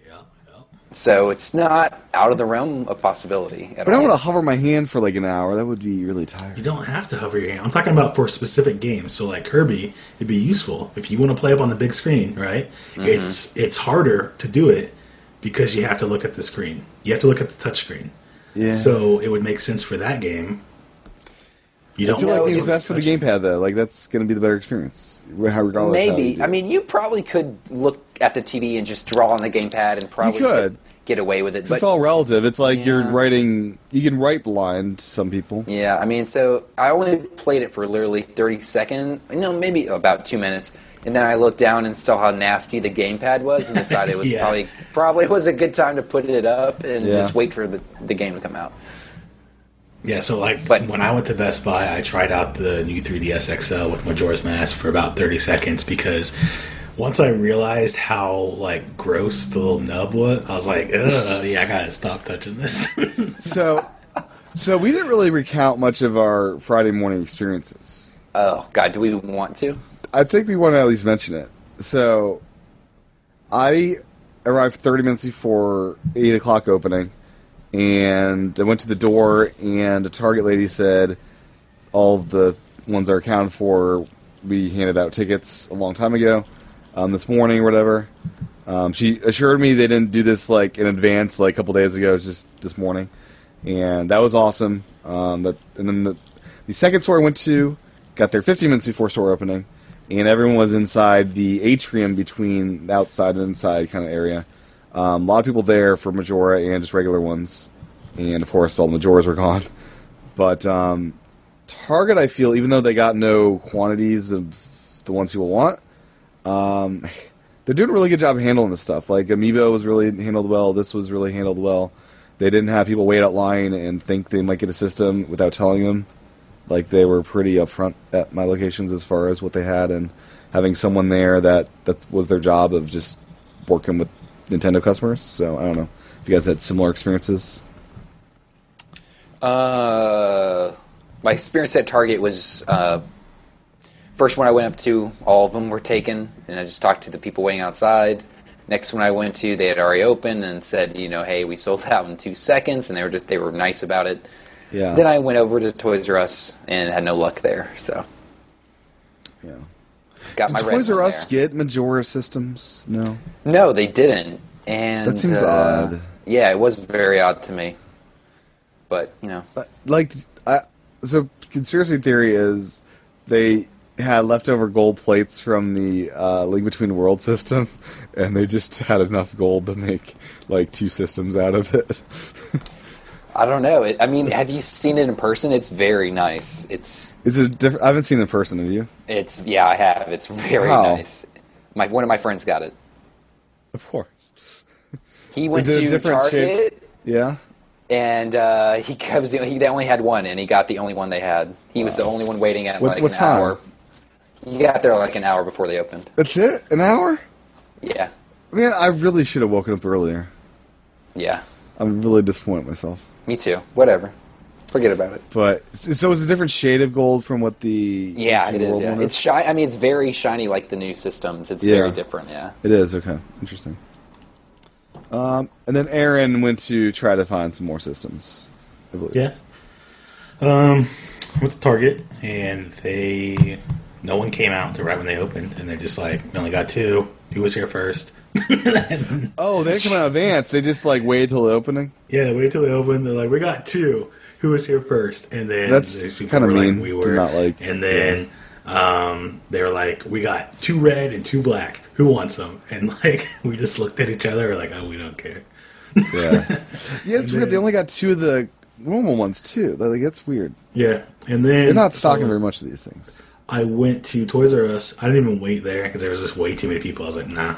[SPEAKER 4] Yeah, yeah.
[SPEAKER 3] So it's not out of the realm of possibility. At
[SPEAKER 2] But I
[SPEAKER 3] all.
[SPEAKER 2] want to hover my hand for like an hour. That would be really tiring.
[SPEAKER 4] You don't have to hover your hand. I'm talking about for specific games. So like Kirby, it'd be useful if you want to play up on the big screen, right?
[SPEAKER 2] Mm-hmm.
[SPEAKER 4] It's it's harder to do it because you have to look at the screen. You have to look at the touch screen.
[SPEAKER 2] Yeah.
[SPEAKER 4] So it would make sense for that game. You
[SPEAKER 2] I
[SPEAKER 4] don't
[SPEAKER 2] feel
[SPEAKER 3] Yeah,
[SPEAKER 2] like
[SPEAKER 3] it
[SPEAKER 2] it's
[SPEAKER 3] was-
[SPEAKER 2] best for the gamepad though. Like that's going to be the better experience. How regardless. how you
[SPEAKER 3] Maybe.
[SPEAKER 2] do
[SPEAKER 3] I
[SPEAKER 2] it.
[SPEAKER 3] mean, you probably could look at the TV and just draw on the gamepad and probably
[SPEAKER 2] could.
[SPEAKER 3] get away with it.
[SPEAKER 2] it's
[SPEAKER 3] But
[SPEAKER 2] all relative. It's like you're
[SPEAKER 3] Yeah.
[SPEAKER 2] writing. You can write blind. Some people.
[SPEAKER 3] yeah, I mean, so I only played it for literally 30 seconds, no, maybe about two minutes. And then I looked down and saw how nasty the gamepad was, and decided it was
[SPEAKER 4] Yeah.
[SPEAKER 3] probably probably was a good time to put it up and
[SPEAKER 2] Yeah.
[SPEAKER 3] just wait for the, the game to come out.
[SPEAKER 4] Yeah, so like
[SPEAKER 3] But-
[SPEAKER 4] when I went to Best Buy, I tried out the new 3DS XL with Majora's Mask for about 30 seconds because once I realized how like gross the little nub was, I was like, Ugh, yeah, I gotta stop touching this. (laughs)
[SPEAKER 2] So, so we didn't really recount much of our Friday morning experiences.
[SPEAKER 3] Oh God, do we want to?
[SPEAKER 2] I think we want to at least mention it. So, I arrived 30 minutes before 8 o'clock opening, and I went to the door, and a Target lady said, All the ones are accounted for. We handed out tickets a long time ago, um, this morning or whatever. Um, she assured me they didn't do this like in advance, like a couple days ago, it was just this morning, and that was awesome. Um, that and then the, the second store I went to got there 15 minutes before store opening, and everyone was inside the atrium between the outside and inside kind of area. Um, a lot of people there for Majora and just regular ones, and of course all the Majoras were gone. But um, Target, I feel, even though they got no quantities of the ones people want, um, they're doing a really good job handling this stuff. Like Amiibo was really handled well. This was really handled well. They didn't have people wait out line and think they might get a system without telling them. Like they were pretty upfront at my locations as far as what they had and having someone there that that was their job of just working with Nintendo customers. So I don't know if you guys had similar experiences.
[SPEAKER 3] Uh, my experience at Target was uh, first one I went up to, all of them were taken, and I just talked to the people waiting outside. Next one I went to, they had already opened and said, you know, hey, we sold (laughs) out in two seconds, and they were just they were nice about it.
[SPEAKER 2] Yeah.
[SPEAKER 3] Then I went over to Toys R Us and had no luck there, so
[SPEAKER 2] yeah.
[SPEAKER 3] got
[SPEAKER 2] Did
[SPEAKER 3] my
[SPEAKER 2] Toys
[SPEAKER 3] red
[SPEAKER 2] R
[SPEAKER 3] one
[SPEAKER 2] Us
[SPEAKER 3] there.
[SPEAKER 2] get Majora systems? No.
[SPEAKER 3] No, they didn't. And
[SPEAKER 2] That seems
[SPEAKER 3] uh,
[SPEAKER 2] odd.
[SPEAKER 3] Yeah, it was very odd to me. But you know,
[SPEAKER 2] Uh, like I, so conspiracy theory is they had leftover gold plates from the uh, link between world system (laughs) and they just had enough gold to make like two systems out of it (laughs)
[SPEAKER 3] I don't know. It, I mean, have you seen it in person? It's very nice. It's
[SPEAKER 2] is it different i haven't seen it in person have you
[SPEAKER 3] it's yeah, I have. It's very
[SPEAKER 2] Wow.
[SPEAKER 3] nice. My one of my friends got it.
[SPEAKER 2] of course
[SPEAKER 3] He went
[SPEAKER 2] it a
[SPEAKER 3] to
[SPEAKER 2] different
[SPEAKER 3] Target
[SPEAKER 2] shape? yeah
[SPEAKER 3] and uh, he comes. He they only had one, and he got the only one they had. He was the only one waiting at
[SPEAKER 2] What-
[SPEAKER 3] like
[SPEAKER 2] what
[SPEAKER 3] an
[SPEAKER 2] time?
[SPEAKER 3] hour. He got there like an hour before they opened.
[SPEAKER 2] that's it an hour
[SPEAKER 3] Yeah,
[SPEAKER 2] man i really should have woken up earlier
[SPEAKER 3] yeah.
[SPEAKER 2] i'm really disappointed in myself
[SPEAKER 3] Me too. Whatever. Forget about it.
[SPEAKER 2] but so it's a different shade of gold from what the
[SPEAKER 3] Yeah,
[SPEAKER 2] Link
[SPEAKER 3] it
[SPEAKER 2] Between
[SPEAKER 3] is.
[SPEAKER 2] World
[SPEAKER 3] Yeah.
[SPEAKER 2] one
[SPEAKER 3] It's shiny. I mean, it's very shiny, like the new systems. It's
[SPEAKER 2] Yeah.
[SPEAKER 3] very different. Yeah.
[SPEAKER 2] It is okay. Interesting. Um, and then Aaron went to try to find some more systems. I believe.
[SPEAKER 4] yeah. Um, I went to Target and they no one came out right when they opened, and they're just like, we only got two. Who was here first? (laughs)
[SPEAKER 2] Oh, they didn't come out in advance. They just like waited till the opening.
[SPEAKER 4] Yeah, wait till they open. They're like, we got two. Who was here first? And then
[SPEAKER 2] That's
[SPEAKER 4] the people
[SPEAKER 2] kinda
[SPEAKER 4] were like,
[SPEAKER 2] mean to not like-
[SPEAKER 4] And then um, they were like, we got two red and two black. Who wants them? And (laughs) like, we just looked at each other. We're like, oh, we don't care.
[SPEAKER 2] Yeah. yeah, it's weird. They only got two of the normal ones too. Like that's weird.
[SPEAKER 4] Yeah. And then
[SPEAKER 2] They're not stocking
[SPEAKER 4] so
[SPEAKER 2] very much of these things.
[SPEAKER 4] I went to Toys R Us. I didn't even wait there because there was just way too many people. I was like, nah,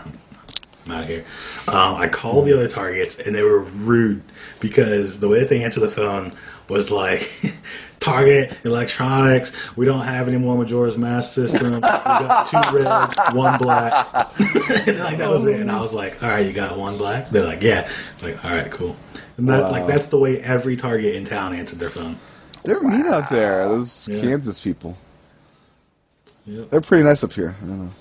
[SPEAKER 4] I'm out of here. Um, I called the other targets and they were rude because the way that they answered the phone was like, (laughs) Target Electronics, we don't have any more Majora's Mask system. We got two red, one black. (laughs) and like that was it. And I was like, all right, you got one black. They're like, yeah. It's like, all right, cool. And that, like
[SPEAKER 2] Wow.
[SPEAKER 4] that's the way every Target in town answered their phone.
[SPEAKER 2] They're mean out there. Those
[SPEAKER 4] Yeah.
[SPEAKER 2] Kansas people.
[SPEAKER 4] Yep.
[SPEAKER 2] They're pretty nice up here. I don't know.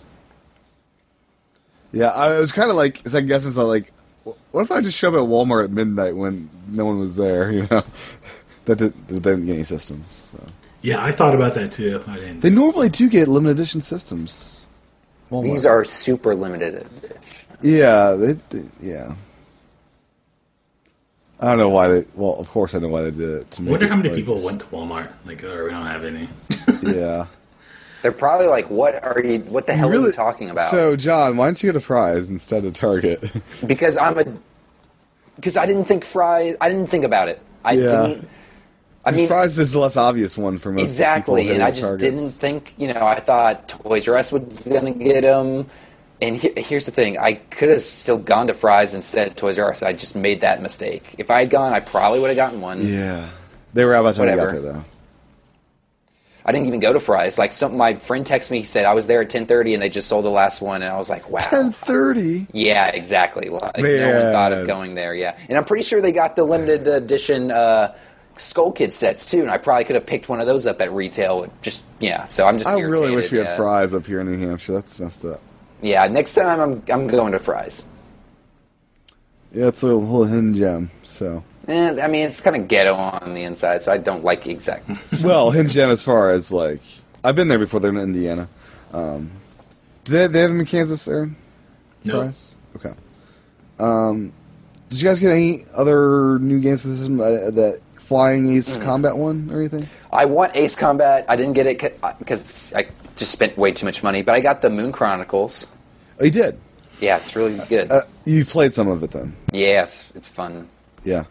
[SPEAKER 2] Yeah, I was kind of like, so I guess it's like, What if I just showed up at Walmart at midnight when no one was there? (laughs) You know, that, didn't- that didn't get any systems. So.
[SPEAKER 4] Yeah, I thought about that too. I didn't.
[SPEAKER 2] They normally do get limited edition systems. Walmart.
[SPEAKER 3] These are super limited.
[SPEAKER 2] yeah, they, they- yeah. I don't know why they. Well, of course I know why they did it. To
[SPEAKER 4] I wonder
[SPEAKER 2] make
[SPEAKER 4] how
[SPEAKER 2] it,
[SPEAKER 4] many
[SPEAKER 2] like,
[SPEAKER 4] people
[SPEAKER 2] just-
[SPEAKER 4] went to Walmart. Like, oh, we don't have any.
[SPEAKER 2] Yeah.
[SPEAKER 3] They're probably like, "What are you? What the hell are you talking about?"
[SPEAKER 2] So, John, why don't you get a prize instead of Target? (laughs)
[SPEAKER 3] because I'm a because I didn't think fries. I didn't think about it. I
[SPEAKER 2] Yeah.
[SPEAKER 3] didn't. I
[SPEAKER 2] Because
[SPEAKER 3] mean,
[SPEAKER 2] fries is the less obvious one for most people
[SPEAKER 3] exactly,
[SPEAKER 2] hitting
[SPEAKER 3] and I
[SPEAKER 2] the
[SPEAKER 3] just
[SPEAKER 2] targets.
[SPEAKER 3] didn't think. You know, I thought Toys R Us was gonna get them. And he, here's the thing: I could have still gone to Fries instead of Toys R Us. I just made that mistake. If I had gone, I probably would have gotten one.
[SPEAKER 2] Yeah, they were out by the time we got
[SPEAKER 3] Whatever.
[SPEAKER 2] there though.
[SPEAKER 3] I didn't even go to Fries. Like some, my friend texted me. He said I was there at 10:30, and they just sold the last one. And I was like, "Wow."
[SPEAKER 2] Ten thirty.
[SPEAKER 3] Yeah, exactly. Like, no one thought
[SPEAKER 2] Man.
[SPEAKER 3] of going there. Yeah, and I'm pretty sure they got the limited edition uh, Skull Kid sets too. And I probably could have picked one of those up at retail. Just yeah. So I'm just.
[SPEAKER 2] I really wish
[SPEAKER 3] irritated,
[SPEAKER 2] we had
[SPEAKER 3] yeah.
[SPEAKER 2] fries up here in New Hampshire. That's messed up.
[SPEAKER 3] Yeah, next time I'm I'm going to fries.
[SPEAKER 2] Yeah, it's a little hidden gem.
[SPEAKER 3] (laughs)
[SPEAKER 2] So,
[SPEAKER 3] Eh, I mean, it's kind of ghetto on the inside, so I don't
[SPEAKER 2] (laughs)
[SPEAKER 3] like exact.
[SPEAKER 2] well, hidden gem as far as like I've been there before. They're in Indiana. Um, do they, they have them in Kansas, Aaron?
[SPEAKER 4] No.
[SPEAKER 2] Fries? Okay. Um, did you guys get any other new games for the system? Uh, that Flying
[SPEAKER 3] Mm.
[SPEAKER 2] Ace Combat one or anything?
[SPEAKER 3] I want Ace Combat. I didn't get it because I just spent way too much money, but I got the Moon Chronicles.
[SPEAKER 2] Oh, you did.
[SPEAKER 3] Yeah, it's really good.
[SPEAKER 2] Uh, you played some of it then.
[SPEAKER 3] yeah, it's it's fun.
[SPEAKER 2] Yeah.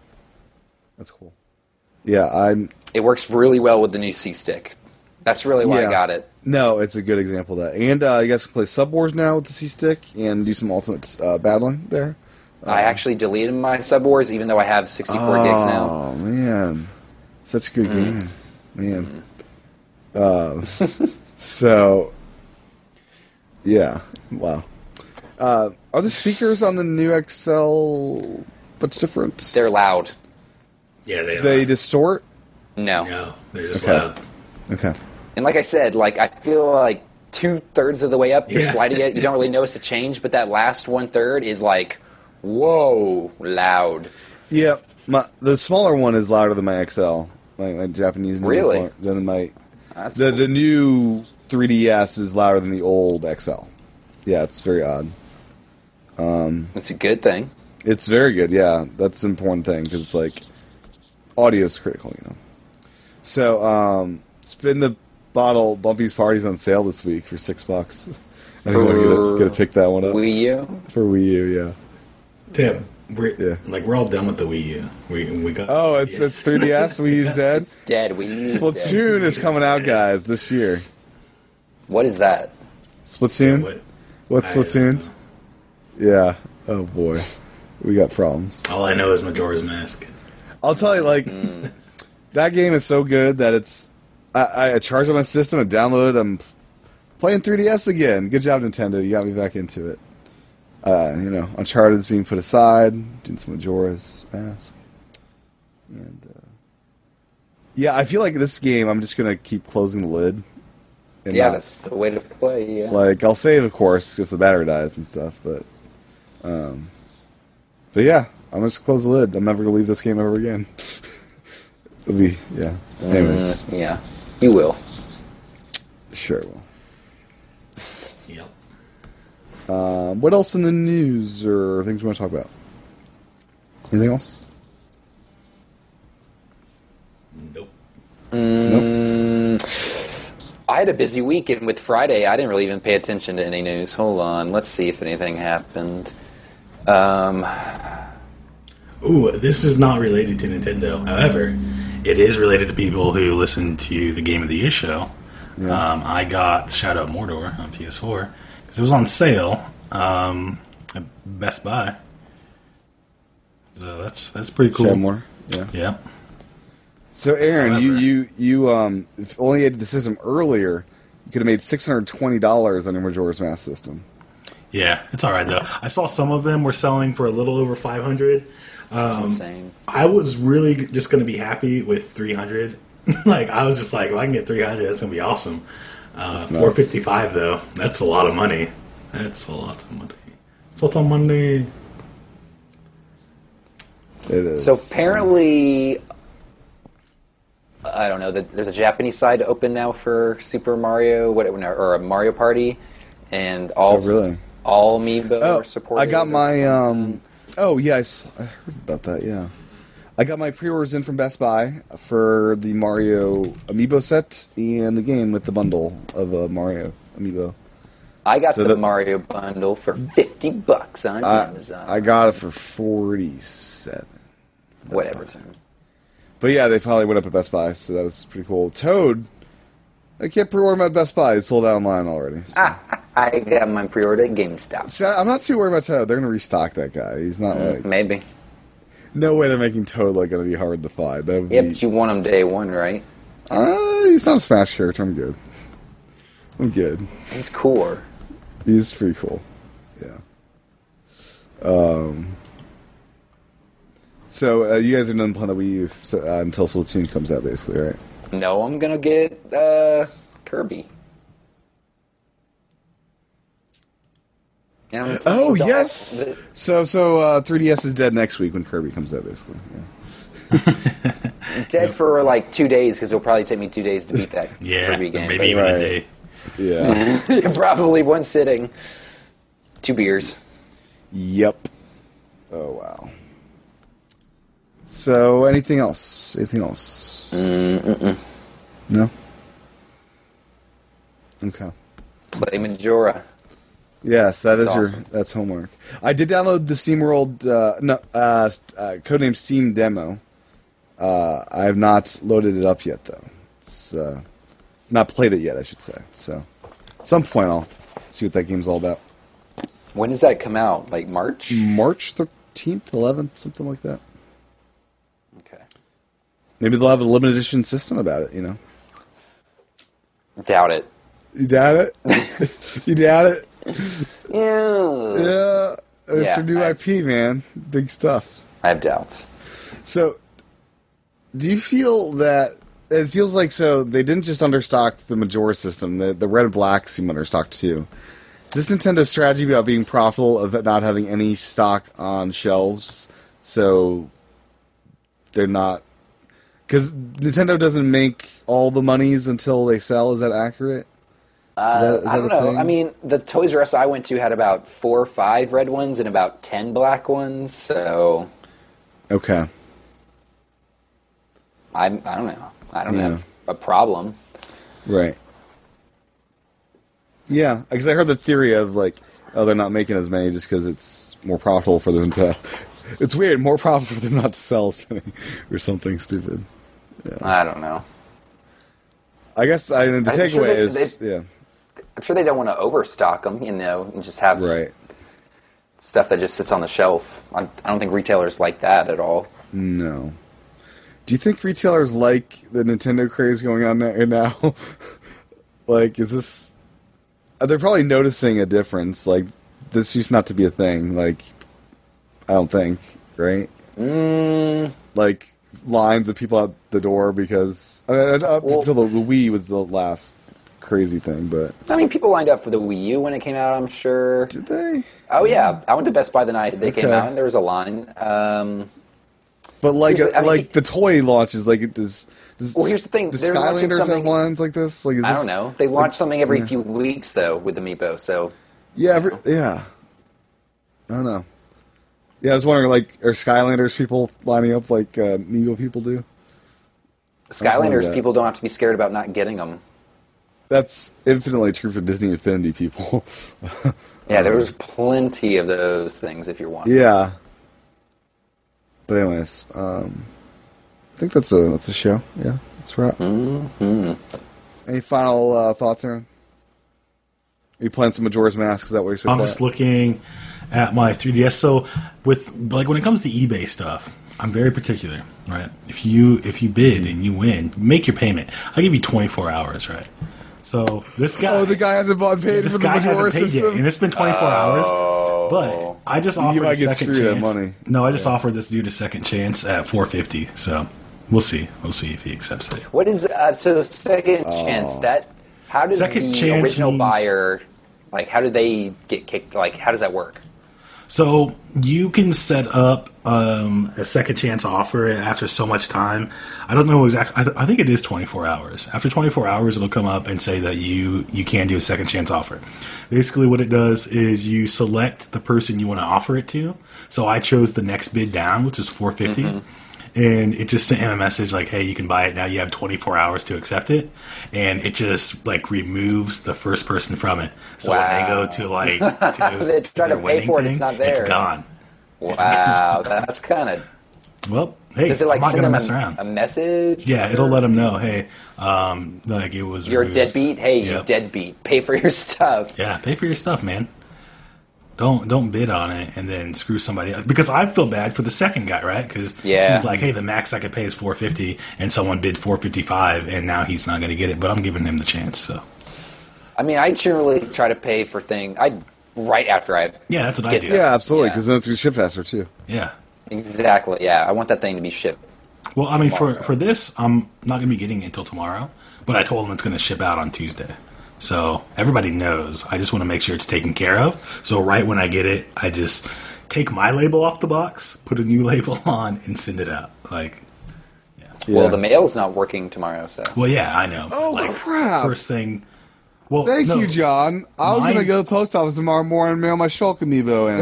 [SPEAKER 2] That's cool. Yeah, I'm.
[SPEAKER 3] It works really well with the new C stick. That's really why
[SPEAKER 2] yeah.
[SPEAKER 3] I got it.
[SPEAKER 2] No, it's a good example of that. And uh, you guys can play Sub Wars now with the C stick and do some ultimate uh, battling there. Uh-huh.
[SPEAKER 3] I actually deleted my sub wars, even though I have 64 gigs now. Mm.
[SPEAKER 2] Oh man, such a good game, man. Um,
[SPEAKER 3] Mm.
[SPEAKER 2] (laughs) so yeah, wow. Uh, are the speakers on the new XL much different?
[SPEAKER 3] They're loud.
[SPEAKER 4] Yeah, they.
[SPEAKER 2] they
[SPEAKER 4] are.
[SPEAKER 2] distort.
[SPEAKER 3] No.
[SPEAKER 4] No, they're just
[SPEAKER 2] Okay.
[SPEAKER 4] loud.
[SPEAKER 2] Okay.
[SPEAKER 3] And like I said, like I feel like two thirds of the way up, you're
[SPEAKER 4] Yeah.
[SPEAKER 3] sliding it. You don't really notice a change, but that last one third is like, whoa, loud.
[SPEAKER 2] Yeah, my the smaller one is louder than my XL. My, my Japanese new
[SPEAKER 3] Really?
[SPEAKER 2] is louder than my
[SPEAKER 3] That's
[SPEAKER 2] the
[SPEAKER 3] cool.
[SPEAKER 2] the new 3DS is louder than the old XL. Yeah, it's very odd.
[SPEAKER 3] It's a good thing.
[SPEAKER 2] It's very good. Yeah, that's an important thing because like audio is critical, you know. So, um, spin the bottle. Bumpy's party's on sale this week for six bucks. (laughs) I think I'm gonna,
[SPEAKER 3] For
[SPEAKER 2] gonna pick that one up
[SPEAKER 3] Wii U.
[SPEAKER 2] for Wii U. Yeah.
[SPEAKER 4] Tim, we're
[SPEAKER 2] Yeah.
[SPEAKER 4] like we're all done with the Wii U. We we got.
[SPEAKER 2] Oh, it's
[SPEAKER 4] Yeah.
[SPEAKER 2] it's
[SPEAKER 4] (laughs)
[SPEAKER 2] 3DS. We use dead.
[SPEAKER 3] Dead Wii U's dead.
[SPEAKER 2] Splatoon is coming out, guys, this year.
[SPEAKER 3] What is that?
[SPEAKER 2] Splatoon.
[SPEAKER 4] What?
[SPEAKER 2] What's
[SPEAKER 4] I- uh,
[SPEAKER 2] Splatoon? Yeah. Oh boy, we got problems.
[SPEAKER 4] All I know is Majora's Mask.
[SPEAKER 2] I'll tell you, like (laughs) that game is so good that it's. I, I charged up my system, I downloaded, I'm playing 3DS again. Good job, Nintendo. You got me back into it. Uh, you know, Uncharted's being put aside, doing some Majora's Mask, and uh, yeah, I feel like this game. I'm just gonna keep closing the lid. And
[SPEAKER 3] Yeah,
[SPEAKER 2] not-
[SPEAKER 3] that's the way to play. Yeah.
[SPEAKER 2] like I'll save, of course, if the battery dies and stuff. But, um, but yeah, I'm just close the lid. I'm never gonna leave this game ever again. (laughs) It'll be yeah. Anyways,
[SPEAKER 3] yeah. You will.
[SPEAKER 2] sure. Well.
[SPEAKER 4] Yep.
[SPEAKER 2] Um, what else in the news or things we want to talk about? Anything else?
[SPEAKER 4] Nope.
[SPEAKER 3] Mm,
[SPEAKER 2] Nope.
[SPEAKER 3] I had a busy week, and with Friday, I didn't really even pay attention to any news. Hold on, let's see if anything happened. Um,
[SPEAKER 4] Ooh, this is not related to Nintendo. However, it is related to people who listen to the Game of the Year show. Um, I got Shadow of Mordor on PS4 because it was on sale um, at Best Buy. So that's that's pretty cool.
[SPEAKER 2] Cool. more. Yeah.
[SPEAKER 4] Yeah.
[SPEAKER 2] So Aaron, you
[SPEAKER 4] However.
[SPEAKER 2] you you um, if only you had the system earlier, you could have made six hundred twenty dollars on your Majora's Mask system.
[SPEAKER 4] Yeah, it's all right though. I saw some of them were selling for a little over 500.
[SPEAKER 3] it's insane.
[SPEAKER 4] I was really just going to be happy with 300. (laughs) like I was just like, well, I can get 300. That's going to be awesome. Uh,
[SPEAKER 2] nuts.
[SPEAKER 4] 455 though. That's a lot of money. That's a lot of money. It's a lot of money.
[SPEAKER 2] It is.
[SPEAKER 3] So apparently, I don't know. that There's a Japanese side open now for Super Mario, what or a Mario Party, and all
[SPEAKER 2] Oh, really?
[SPEAKER 3] all amiibo
[SPEAKER 2] oh,
[SPEAKER 3] are supported.
[SPEAKER 2] I got
[SPEAKER 3] or
[SPEAKER 2] my
[SPEAKER 3] something.
[SPEAKER 2] um. Oh yes, I heard about that. Yeah, I got my pre-orders in from Best Buy for the Mario Amiibo set and the game with the bundle of uh, Mario Amiibo.
[SPEAKER 3] I got
[SPEAKER 2] so
[SPEAKER 3] the
[SPEAKER 2] that-
[SPEAKER 3] Mario bundle for fifty bucks on
[SPEAKER 2] I,
[SPEAKER 3] Amazon.
[SPEAKER 2] I got it for forty-seven.
[SPEAKER 3] whatever.
[SPEAKER 2] Best Buy. But yeah, they finally went up at Best Buy, so that was pretty cool. Toad, I can't pre-order my Best Buy; it's sold out online already. So.
[SPEAKER 3] (laughs) Ah. I got my pre-order at GameStop.
[SPEAKER 2] See, I- I'm not too worried about Toad. They're gonna restock that guy. He's not like
[SPEAKER 3] Maybe.
[SPEAKER 2] no way they're making Toad like gonna be hard to find. That would
[SPEAKER 3] Yeah,
[SPEAKER 2] be-
[SPEAKER 3] but you want them day one, right?
[SPEAKER 2] Uh, he's not a Smash character. I'm good. I'm good.
[SPEAKER 3] He's cooler.
[SPEAKER 2] He's pretty cool. Yeah. Um. So uh, you guys are done playing the Wii U f- so, uh, until Splatoon comes out, basically, right?
[SPEAKER 3] No, I'm gonna get uh, Kirby. And I'm playing
[SPEAKER 2] Oh
[SPEAKER 3] the-
[SPEAKER 2] yes.
[SPEAKER 3] the-
[SPEAKER 2] So so uh, 3DS is dead next week when Kirby comes out, basically. Yeah.
[SPEAKER 3] dead for like two days because it'll probably take me two days to beat that
[SPEAKER 4] Yeah,
[SPEAKER 3] Kirby game.
[SPEAKER 4] maybe even
[SPEAKER 2] Right.
[SPEAKER 4] a day.
[SPEAKER 2] Yeah.
[SPEAKER 3] but (laughs) probably one sitting, two beers.
[SPEAKER 2] yep. Oh wow. So anything else? Anything else? No. Okay.
[SPEAKER 3] Play Majora.
[SPEAKER 2] Yes, that is
[SPEAKER 3] That's
[SPEAKER 2] your
[SPEAKER 3] awesome.
[SPEAKER 2] that's homework. I did download the SteamWorld uh, no uh, st- uh, codename Steam demo. Uh, I have not loaded it up yet though. It's uh, not played it yet, I should say. So, at some point I'll see what that game's all about.
[SPEAKER 3] When does that come out? Like March?
[SPEAKER 2] March thirteenth, eleventh, something like that.
[SPEAKER 3] Okay.
[SPEAKER 2] Maybe they'll have a limited edition system about it. You know,
[SPEAKER 3] Doubt it.
[SPEAKER 2] you doubt it. (laughs) you doubt it.
[SPEAKER 3] Yeah.
[SPEAKER 2] Yeah, it's
[SPEAKER 3] Yeah,
[SPEAKER 2] a new
[SPEAKER 3] I-
[SPEAKER 2] IP, man. Big stuff.
[SPEAKER 3] I have doubts.
[SPEAKER 2] So, do you feel that it feels like so they didn't just understock the Majora system? The the red and black seem understocked too. Is this Nintendo's strategy about being profitable of not having any stock on shelves, so they're not because Nintendo doesn't make all the monies until they sell. Is that accurate? Uh,
[SPEAKER 3] I don't know. I mean, the Toys R Us I went to had about four or five red ones and about ten black ones, so
[SPEAKER 2] okay.
[SPEAKER 3] I'm, I don't know. I don't
[SPEAKER 2] Yeah.
[SPEAKER 3] have a problem.
[SPEAKER 2] Right. Yeah, because I heard the theory of like, oh, they're not making as many just because it's more profitable for them to. (laughs) It's weird, more profitable for them not to sell (laughs) as many or something stupid.
[SPEAKER 3] I don't know.
[SPEAKER 2] I guess I, the
[SPEAKER 3] I'm
[SPEAKER 2] takeaway
[SPEAKER 3] sure they-
[SPEAKER 2] is
[SPEAKER 3] they-
[SPEAKER 2] yeah,
[SPEAKER 3] I'm sure they don't want to overstock them, you know, and just have
[SPEAKER 2] right.
[SPEAKER 3] stuff that just sits on the shelf. I, I don't think retailers like that at all.
[SPEAKER 2] No. Do you think retailers like the Nintendo craze going on there now? (laughs) like, is this? uh, They're probably noticing a difference. Like, this used not to be a thing. Like, I don't think, right? Mm. Like lines of people out the door because I mean, up
[SPEAKER 3] Well-
[SPEAKER 2] until the, the Wii was the last crazy thing, but
[SPEAKER 3] I mean, people lined up for the Wii U when it came out, I'm sure.
[SPEAKER 2] did they?
[SPEAKER 3] Oh, yeah. I went to Best Buy the night they came
[SPEAKER 2] Okay.
[SPEAKER 3] out, and there was a line. Um,
[SPEAKER 2] But like, uh,
[SPEAKER 3] Here's the- I mean,
[SPEAKER 2] like
[SPEAKER 3] he-
[SPEAKER 2] the toy launches, like it does. does
[SPEAKER 3] Well, here's the thing,
[SPEAKER 2] Does
[SPEAKER 3] they're launching
[SPEAKER 2] Skylanders have
[SPEAKER 3] something-
[SPEAKER 2] lines like this? Like, is
[SPEAKER 3] I
[SPEAKER 2] this,
[SPEAKER 3] don't know. They launch something every few weeks, though, with Amiibo, so
[SPEAKER 2] Yeah, every, yeah. I don't know. Yeah, I was wondering, like, are Skylanders people lining up like uh, Amiibo people do? wondering
[SPEAKER 3] Skylanders
[SPEAKER 2] that.
[SPEAKER 3] people don't have to be scared about not getting them.
[SPEAKER 2] That's infinitely true for Disney Infinity people. (laughs)
[SPEAKER 3] Yeah, there was plenty of those things if you're wanting.
[SPEAKER 2] Uh-huh. yeah. But anyways, um, I think that's a that's a show. Yeah, that's right. Mm-hmm. Any final uh, thoughts, Aaron? Are you playing some Majora's Mask? Is that what you're
[SPEAKER 4] I'm
[SPEAKER 2] supposed
[SPEAKER 4] just looking at my 3ds. So with like when it comes to eBay stuff, I'm very particular, right? If you if you bid and you win, make your payment. I give you 24 hours, right? So this guy,
[SPEAKER 2] Oh, the guy hasn't bought paid
[SPEAKER 4] this
[SPEAKER 2] for the
[SPEAKER 4] guy
[SPEAKER 2] Majora
[SPEAKER 4] hasn't paid
[SPEAKER 2] system.
[SPEAKER 4] yet, and it's been 24 hours. But I just offered
[SPEAKER 2] might
[SPEAKER 4] a
[SPEAKER 2] get
[SPEAKER 4] second
[SPEAKER 2] screwed on
[SPEAKER 4] chance.
[SPEAKER 2] money.
[SPEAKER 4] No, I just offered this dude a second chance at 450. So we'll see. We'll see if he accepts it.
[SPEAKER 3] What is uh, so second
[SPEAKER 2] Oh.
[SPEAKER 3] chance? That how does
[SPEAKER 4] Second
[SPEAKER 3] the
[SPEAKER 4] chance
[SPEAKER 3] original
[SPEAKER 4] means-
[SPEAKER 3] buyer like? How do they get kicked? Like, how does that work?
[SPEAKER 4] So you can set up um, a second chance offer after so much time. I don't know exactly. I, th- I think it is 24 hours. After 24 hours, it'll come up and say that you you can do a second chance offer. Basically, what it does is you select the person you want to offer it to. So I chose the next bid down, which is 450. And it just sent him a message like, "Hey, you can buy it now. You have 24 hours to accept it." And it just like removes the first person from it. So when
[SPEAKER 3] Wow.
[SPEAKER 4] they go to like to,
[SPEAKER 3] They try to pay
[SPEAKER 4] their winning
[SPEAKER 3] for it, it's not
[SPEAKER 4] It's
[SPEAKER 3] there.
[SPEAKER 4] gone. (laughs)
[SPEAKER 3] Wow, that's kind of.
[SPEAKER 4] Well, hey,
[SPEAKER 3] Does it
[SPEAKER 4] I'm
[SPEAKER 3] like
[SPEAKER 4] not
[SPEAKER 3] send
[SPEAKER 4] gonna
[SPEAKER 3] them
[SPEAKER 4] mess
[SPEAKER 3] a,
[SPEAKER 4] around.
[SPEAKER 3] a message?
[SPEAKER 4] yeah, it'll let them know. Hey, um, like it was.
[SPEAKER 3] You're a
[SPEAKER 4] removed.
[SPEAKER 3] deadbeat. Hey, you
[SPEAKER 4] Yep.
[SPEAKER 3] deadbeat. Pay for your (laughs) stuff.
[SPEAKER 4] Yeah, pay for your stuff, man. Don't don't bid on it and then screw somebody else. because I feel bad for the second guy, right? Because
[SPEAKER 3] Yeah.
[SPEAKER 4] he's like, hey, the max I could pay is four fifty, and someone bid four fifty five, and now he's not going to get it. But I'm giving him the chance, so
[SPEAKER 3] I mean, I generally try to pay for things. I right after I
[SPEAKER 4] yeah, that's what I
[SPEAKER 3] Get
[SPEAKER 4] do.
[SPEAKER 3] that.
[SPEAKER 2] Yeah, absolutely, because
[SPEAKER 3] Yeah.
[SPEAKER 2] then it's gonna ship faster too.
[SPEAKER 4] yeah.
[SPEAKER 3] exactly. Yeah, I want that thing to be shipped.
[SPEAKER 4] Well, I mean, for
[SPEAKER 3] Tomorrow.
[SPEAKER 4] for this, I'm not going to be getting it until tomorrow, but I told him it's going to ship out on Tuesday. So everybody knows. I just want to make sure it's taken care of. So right when I get it, I just take my label off the box, put a new (laughs) label on, and send it out. Like,
[SPEAKER 2] Yeah.
[SPEAKER 3] Well, the mail's not working tomorrow, so
[SPEAKER 4] well, yeah, I know.
[SPEAKER 2] Oh,
[SPEAKER 4] like,
[SPEAKER 2] crap.
[SPEAKER 4] First thing. Well,
[SPEAKER 2] Thank
[SPEAKER 4] no,
[SPEAKER 2] you, John. I was
[SPEAKER 4] Mine-
[SPEAKER 2] gonna go to the post office tomorrow morning and mail my Shulk amiibo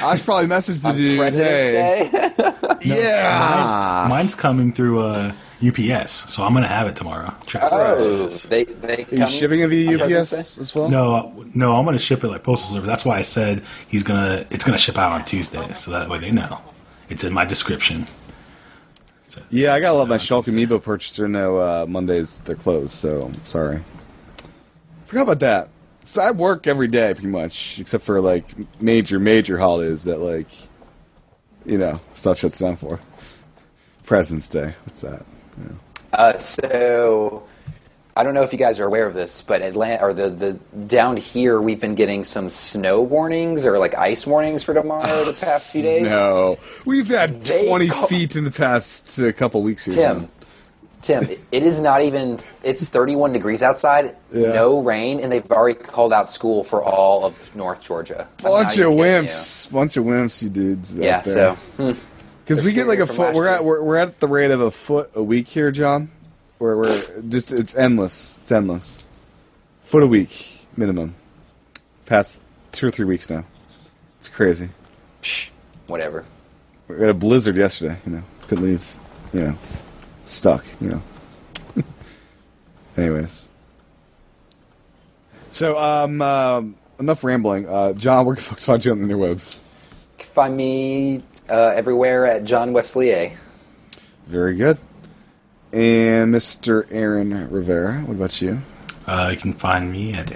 [SPEAKER 4] (laughs)
[SPEAKER 2] in. I should probably message the dude.
[SPEAKER 3] President's
[SPEAKER 2] hey.
[SPEAKER 3] Day. (laughs)
[SPEAKER 2] Yeah.
[SPEAKER 4] Mine, mine's coming through uh, UPS, so I'm going to have it tomorrow. Track
[SPEAKER 3] oh,
[SPEAKER 4] process.
[SPEAKER 3] they they
[SPEAKER 2] Are you shipping it via
[SPEAKER 3] President's
[SPEAKER 2] UPS
[SPEAKER 3] Day?
[SPEAKER 2] as well?
[SPEAKER 4] No, no, I'm gonna ship it like postal service. That's why I said he's gonna. It's gonna ship out on Tuesday, so that way they know. It's in my description. So-
[SPEAKER 2] Yeah, I gotta let my Shulk amiibo purchaser know uh, Mondays they're closed. So I'm sorry. Forgot about that. So I work every day pretty much, except for like major major holidays that like, you know, stuff shuts down for. President's Day. What's that?
[SPEAKER 3] Uh, so I don't know if you guys are aware of this, but Atlanta or the, the down here we've been getting some snow warnings or like ice warnings for tomorrow the past few days.
[SPEAKER 2] No, we've had
[SPEAKER 3] They
[SPEAKER 2] 20
[SPEAKER 3] call-
[SPEAKER 2] feet in the past uh, couple weeks here.
[SPEAKER 3] Tim, Tim, it- it is not even. It's 31 degrees outside,
[SPEAKER 2] Yeah.
[SPEAKER 3] no rain, and they've already called out school for all of North Georgia. I'm not
[SPEAKER 2] bunch of
[SPEAKER 3] even kidding
[SPEAKER 2] wimps, bunch of wimps, you dudes.
[SPEAKER 3] you. Yeah, so (laughs)
[SPEAKER 2] because we get like a
[SPEAKER 3] From
[SPEAKER 2] foot.
[SPEAKER 3] last
[SPEAKER 2] We're
[SPEAKER 3] year.
[SPEAKER 2] at we're, we're at the rate of a foot a week here, John. We're we're just it's endless. It's endless. Foot a week minimum. Past two or three weeks now. It's crazy.
[SPEAKER 3] psh, whatever.
[SPEAKER 2] We had a blizzard yesterday. You know, could leave. You know, stuck. You know. (laughs) Anyways. So um, um enough rambling. Uh, John, where (laughs) can folks find you on the interwebs?
[SPEAKER 3] You can Find me uh, everywhere at John Wesley.
[SPEAKER 2] Very good. And Mr. Aaron Rivera, what about you?
[SPEAKER 4] Uh, you can find me at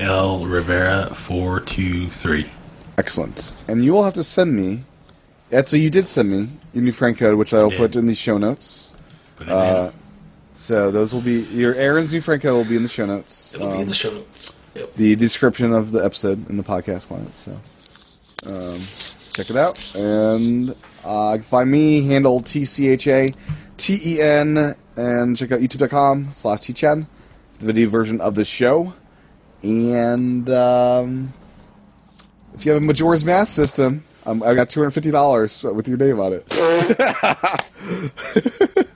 [SPEAKER 4] al rivera four two three.
[SPEAKER 2] Excellent. And you will have to send me. Yeah, so you did send me your new friend code, which I will
[SPEAKER 4] did.
[SPEAKER 2] put in the show notes.
[SPEAKER 4] But
[SPEAKER 2] Uh, so those will be your Aaron's new friend code will be in the show notes.
[SPEAKER 4] it'll be
[SPEAKER 2] um,
[SPEAKER 4] in the show notes. Yep.
[SPEAKER 2] the description of the episode in the podcast client. So um, check it out. And uh, you can find me, handle TCHA TEN, E and check out youtube.com slash TCHEN, the video version of the show. And um, if you have a Majora's Mask system, um, I got $250 with your name on it. (laughs)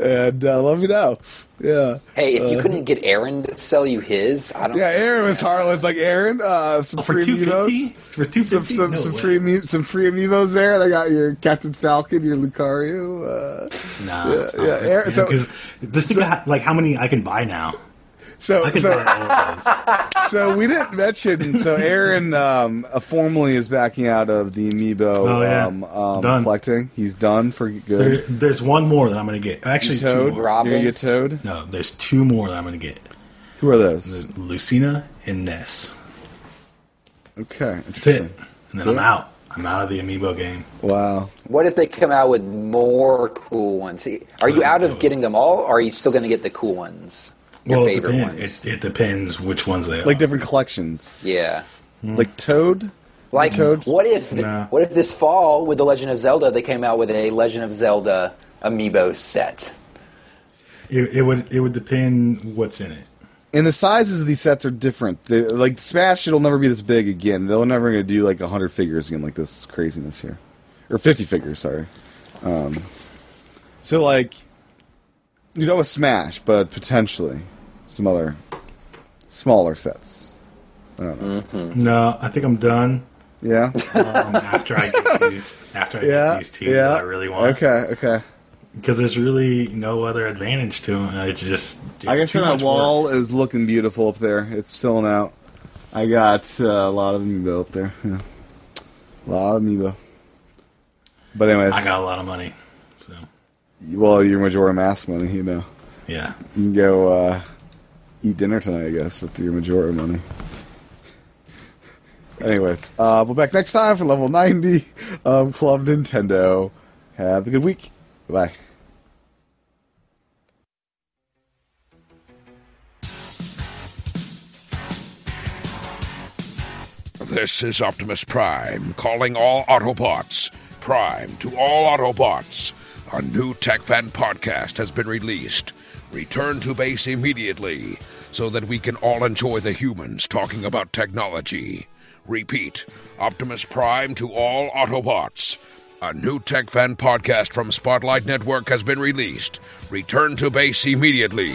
[SPEAKER 2] and uh, let me know. Yeah.
[SPEAKER 3] Hey,
[SPEAKER 4] Uh-huh.
[SPEAKER 3] if you couldn't get Aaron to sell you his, I don't.
[SPEAKER 2] Yeah, Aaron was heartless. Like Aaron, uh, some
[SPEAKER 4] Oh, for
[SPEAKER 2] free
[SPEAKER 4] two fifty,
[SPEAKER 2] amiibos,
[SPEAKER 4] for two
[SPEAKER 2] some
[SPEAKER 4] fifty,
[SPEAKER 2] some,
[SPEAKER 4] no
[SPEAKER 2] some
[SPEAKER 4] way.
[SPEAKER 2] free ami- some free amiibos there. They got your Captain Falcon, your Lucario. Uh,
[SPEAKER 4] Nah, it's not
[SPEAKER 2] yeah,
[SPEAKER 4] worth it,
[SPEAKER 2] Aaron-
[SPEAKER 4] man,
[SPEAKER 2] so-
[SPEAKER 4] 'cause just think of how- like how many I can buy now.
[SPEAKER 2] so
[SPEAKER 4] I can
[SPEAKER 2] so
[SPEAKER 4] buy all of those.
[SPEAKER 2] (laughs) so we didn't mention. So Aaron um, uh, formally is backing out of the amiibo
[SPEAKER 4] Oh, yeah.
[SPEAKER 2] um, um,
[SPEAKER 4] Done.
[SPEAKER 2] collecting. He's done for
[SPEAKER 4] There,
[SPEAKER 2] good.
[SPEAKER 4] there's one more that I'm gonna get. Actually, two
[SPEAKER 2] Toad,
[SPEAKER 4] more.
[SPEAKER 2] you're gonna get Toad.
[SPEAKER 4] No, there's two more that I'm gonna get.
[SPEAKER 2] Who are those?
[SPEAKER 4] Lucina and Ness.
[SPEAKER 2] Okay,
[SPEAKER 4] That's it.
[SPEAKER 2] interesting.
[SPEAKER 4] And then
[SPEAKER 2] That's
[SPEAKER 4] I'm
[SPEAKER 2] it?
[SPEAKER 4] out. I'm out of the amiibo game.
[SPEAKER 2] Wow.
[SPEAKER 3] What if they come out with more cool ones? Are you out of getting them all, or are you still going to get the cool ones, your
[SPEAKER 4] Uh-huh. well,
[SPEAKER 3] favorite
[SPEAKER 4] it, depend-
[SPEAKER 3] ones?
[SPEAKER 4] It, it depends which ones they are.
[SPEAKER 2] Like different collections.
[SPEAKER 3] yeah.
[SPEAKER 2] Like Toad.
[SPEAKER 3] Like,
[SPEAKER 2] Toad?
[SPEAKER 3] what if th-
[SPEAKER 4] Nah.
[SPEAKER 3] what if this fall with the Legend of Zelda they came out with a Legend of Zelda amiibo set?
[SPEAKER 4] it, it would it would depend what's in it.
[SPEAKER 2] and the sizes of these sets are different. They, like Smash, it'll never be this big again. They're never going to do like hundred figures again, like this craziness here, or fifty figures. Sorry. Um, so like, you know, a Smash, but potentially some other smaller sets.
[SPEAKER 4] No, I think I'm done.
[SPEAKER 2] Yeah.
[SPEAKER 4] Um, after I get these, after I
[SPEAKER 2] yeah.
[SPEAKER 4] get these two
[SPEAKER 2] yeah.
[SPEAKER 4] that I really want,
[SPEAKER 2] Okay. Okay.
[SPEAKER 4] because there's really no other advantage to them. It's just it's
[SPEAKER 2] I guess
[SPEAKER 4] too
[SPEAKER 2] my
[SPEAKER 4] much work.
[SPEAKER 2] wall is looking beautiful up there. It's filling out. I got uh, a lot of amiibo up there. Yeah. A lot of amiibo. But anyways,
[SPEAKER 4] I got a lot of money, so
[SPEAKER 2] well, your Majora Mask money, you know.
[SPEAKER 4] yeah.
[SPEAKER 2] You can go uh, eat dinner tonight, I guess, with your Majora money. Anyways, uh, we'll be back next time for level 90 of Club Nintendo. Have a good week. Bye.
[SPEAKER 5] This is Optimus Prime calling all Autobots. Prime to all Autobots. A new TechFan podcast has been released. Return to base immediately so that we can all enjoy the humans talking about technology. Repeat Optimus Prime to all Autobots. A new TechFan podcast from Spotlight Network has been released. Return to base immediately.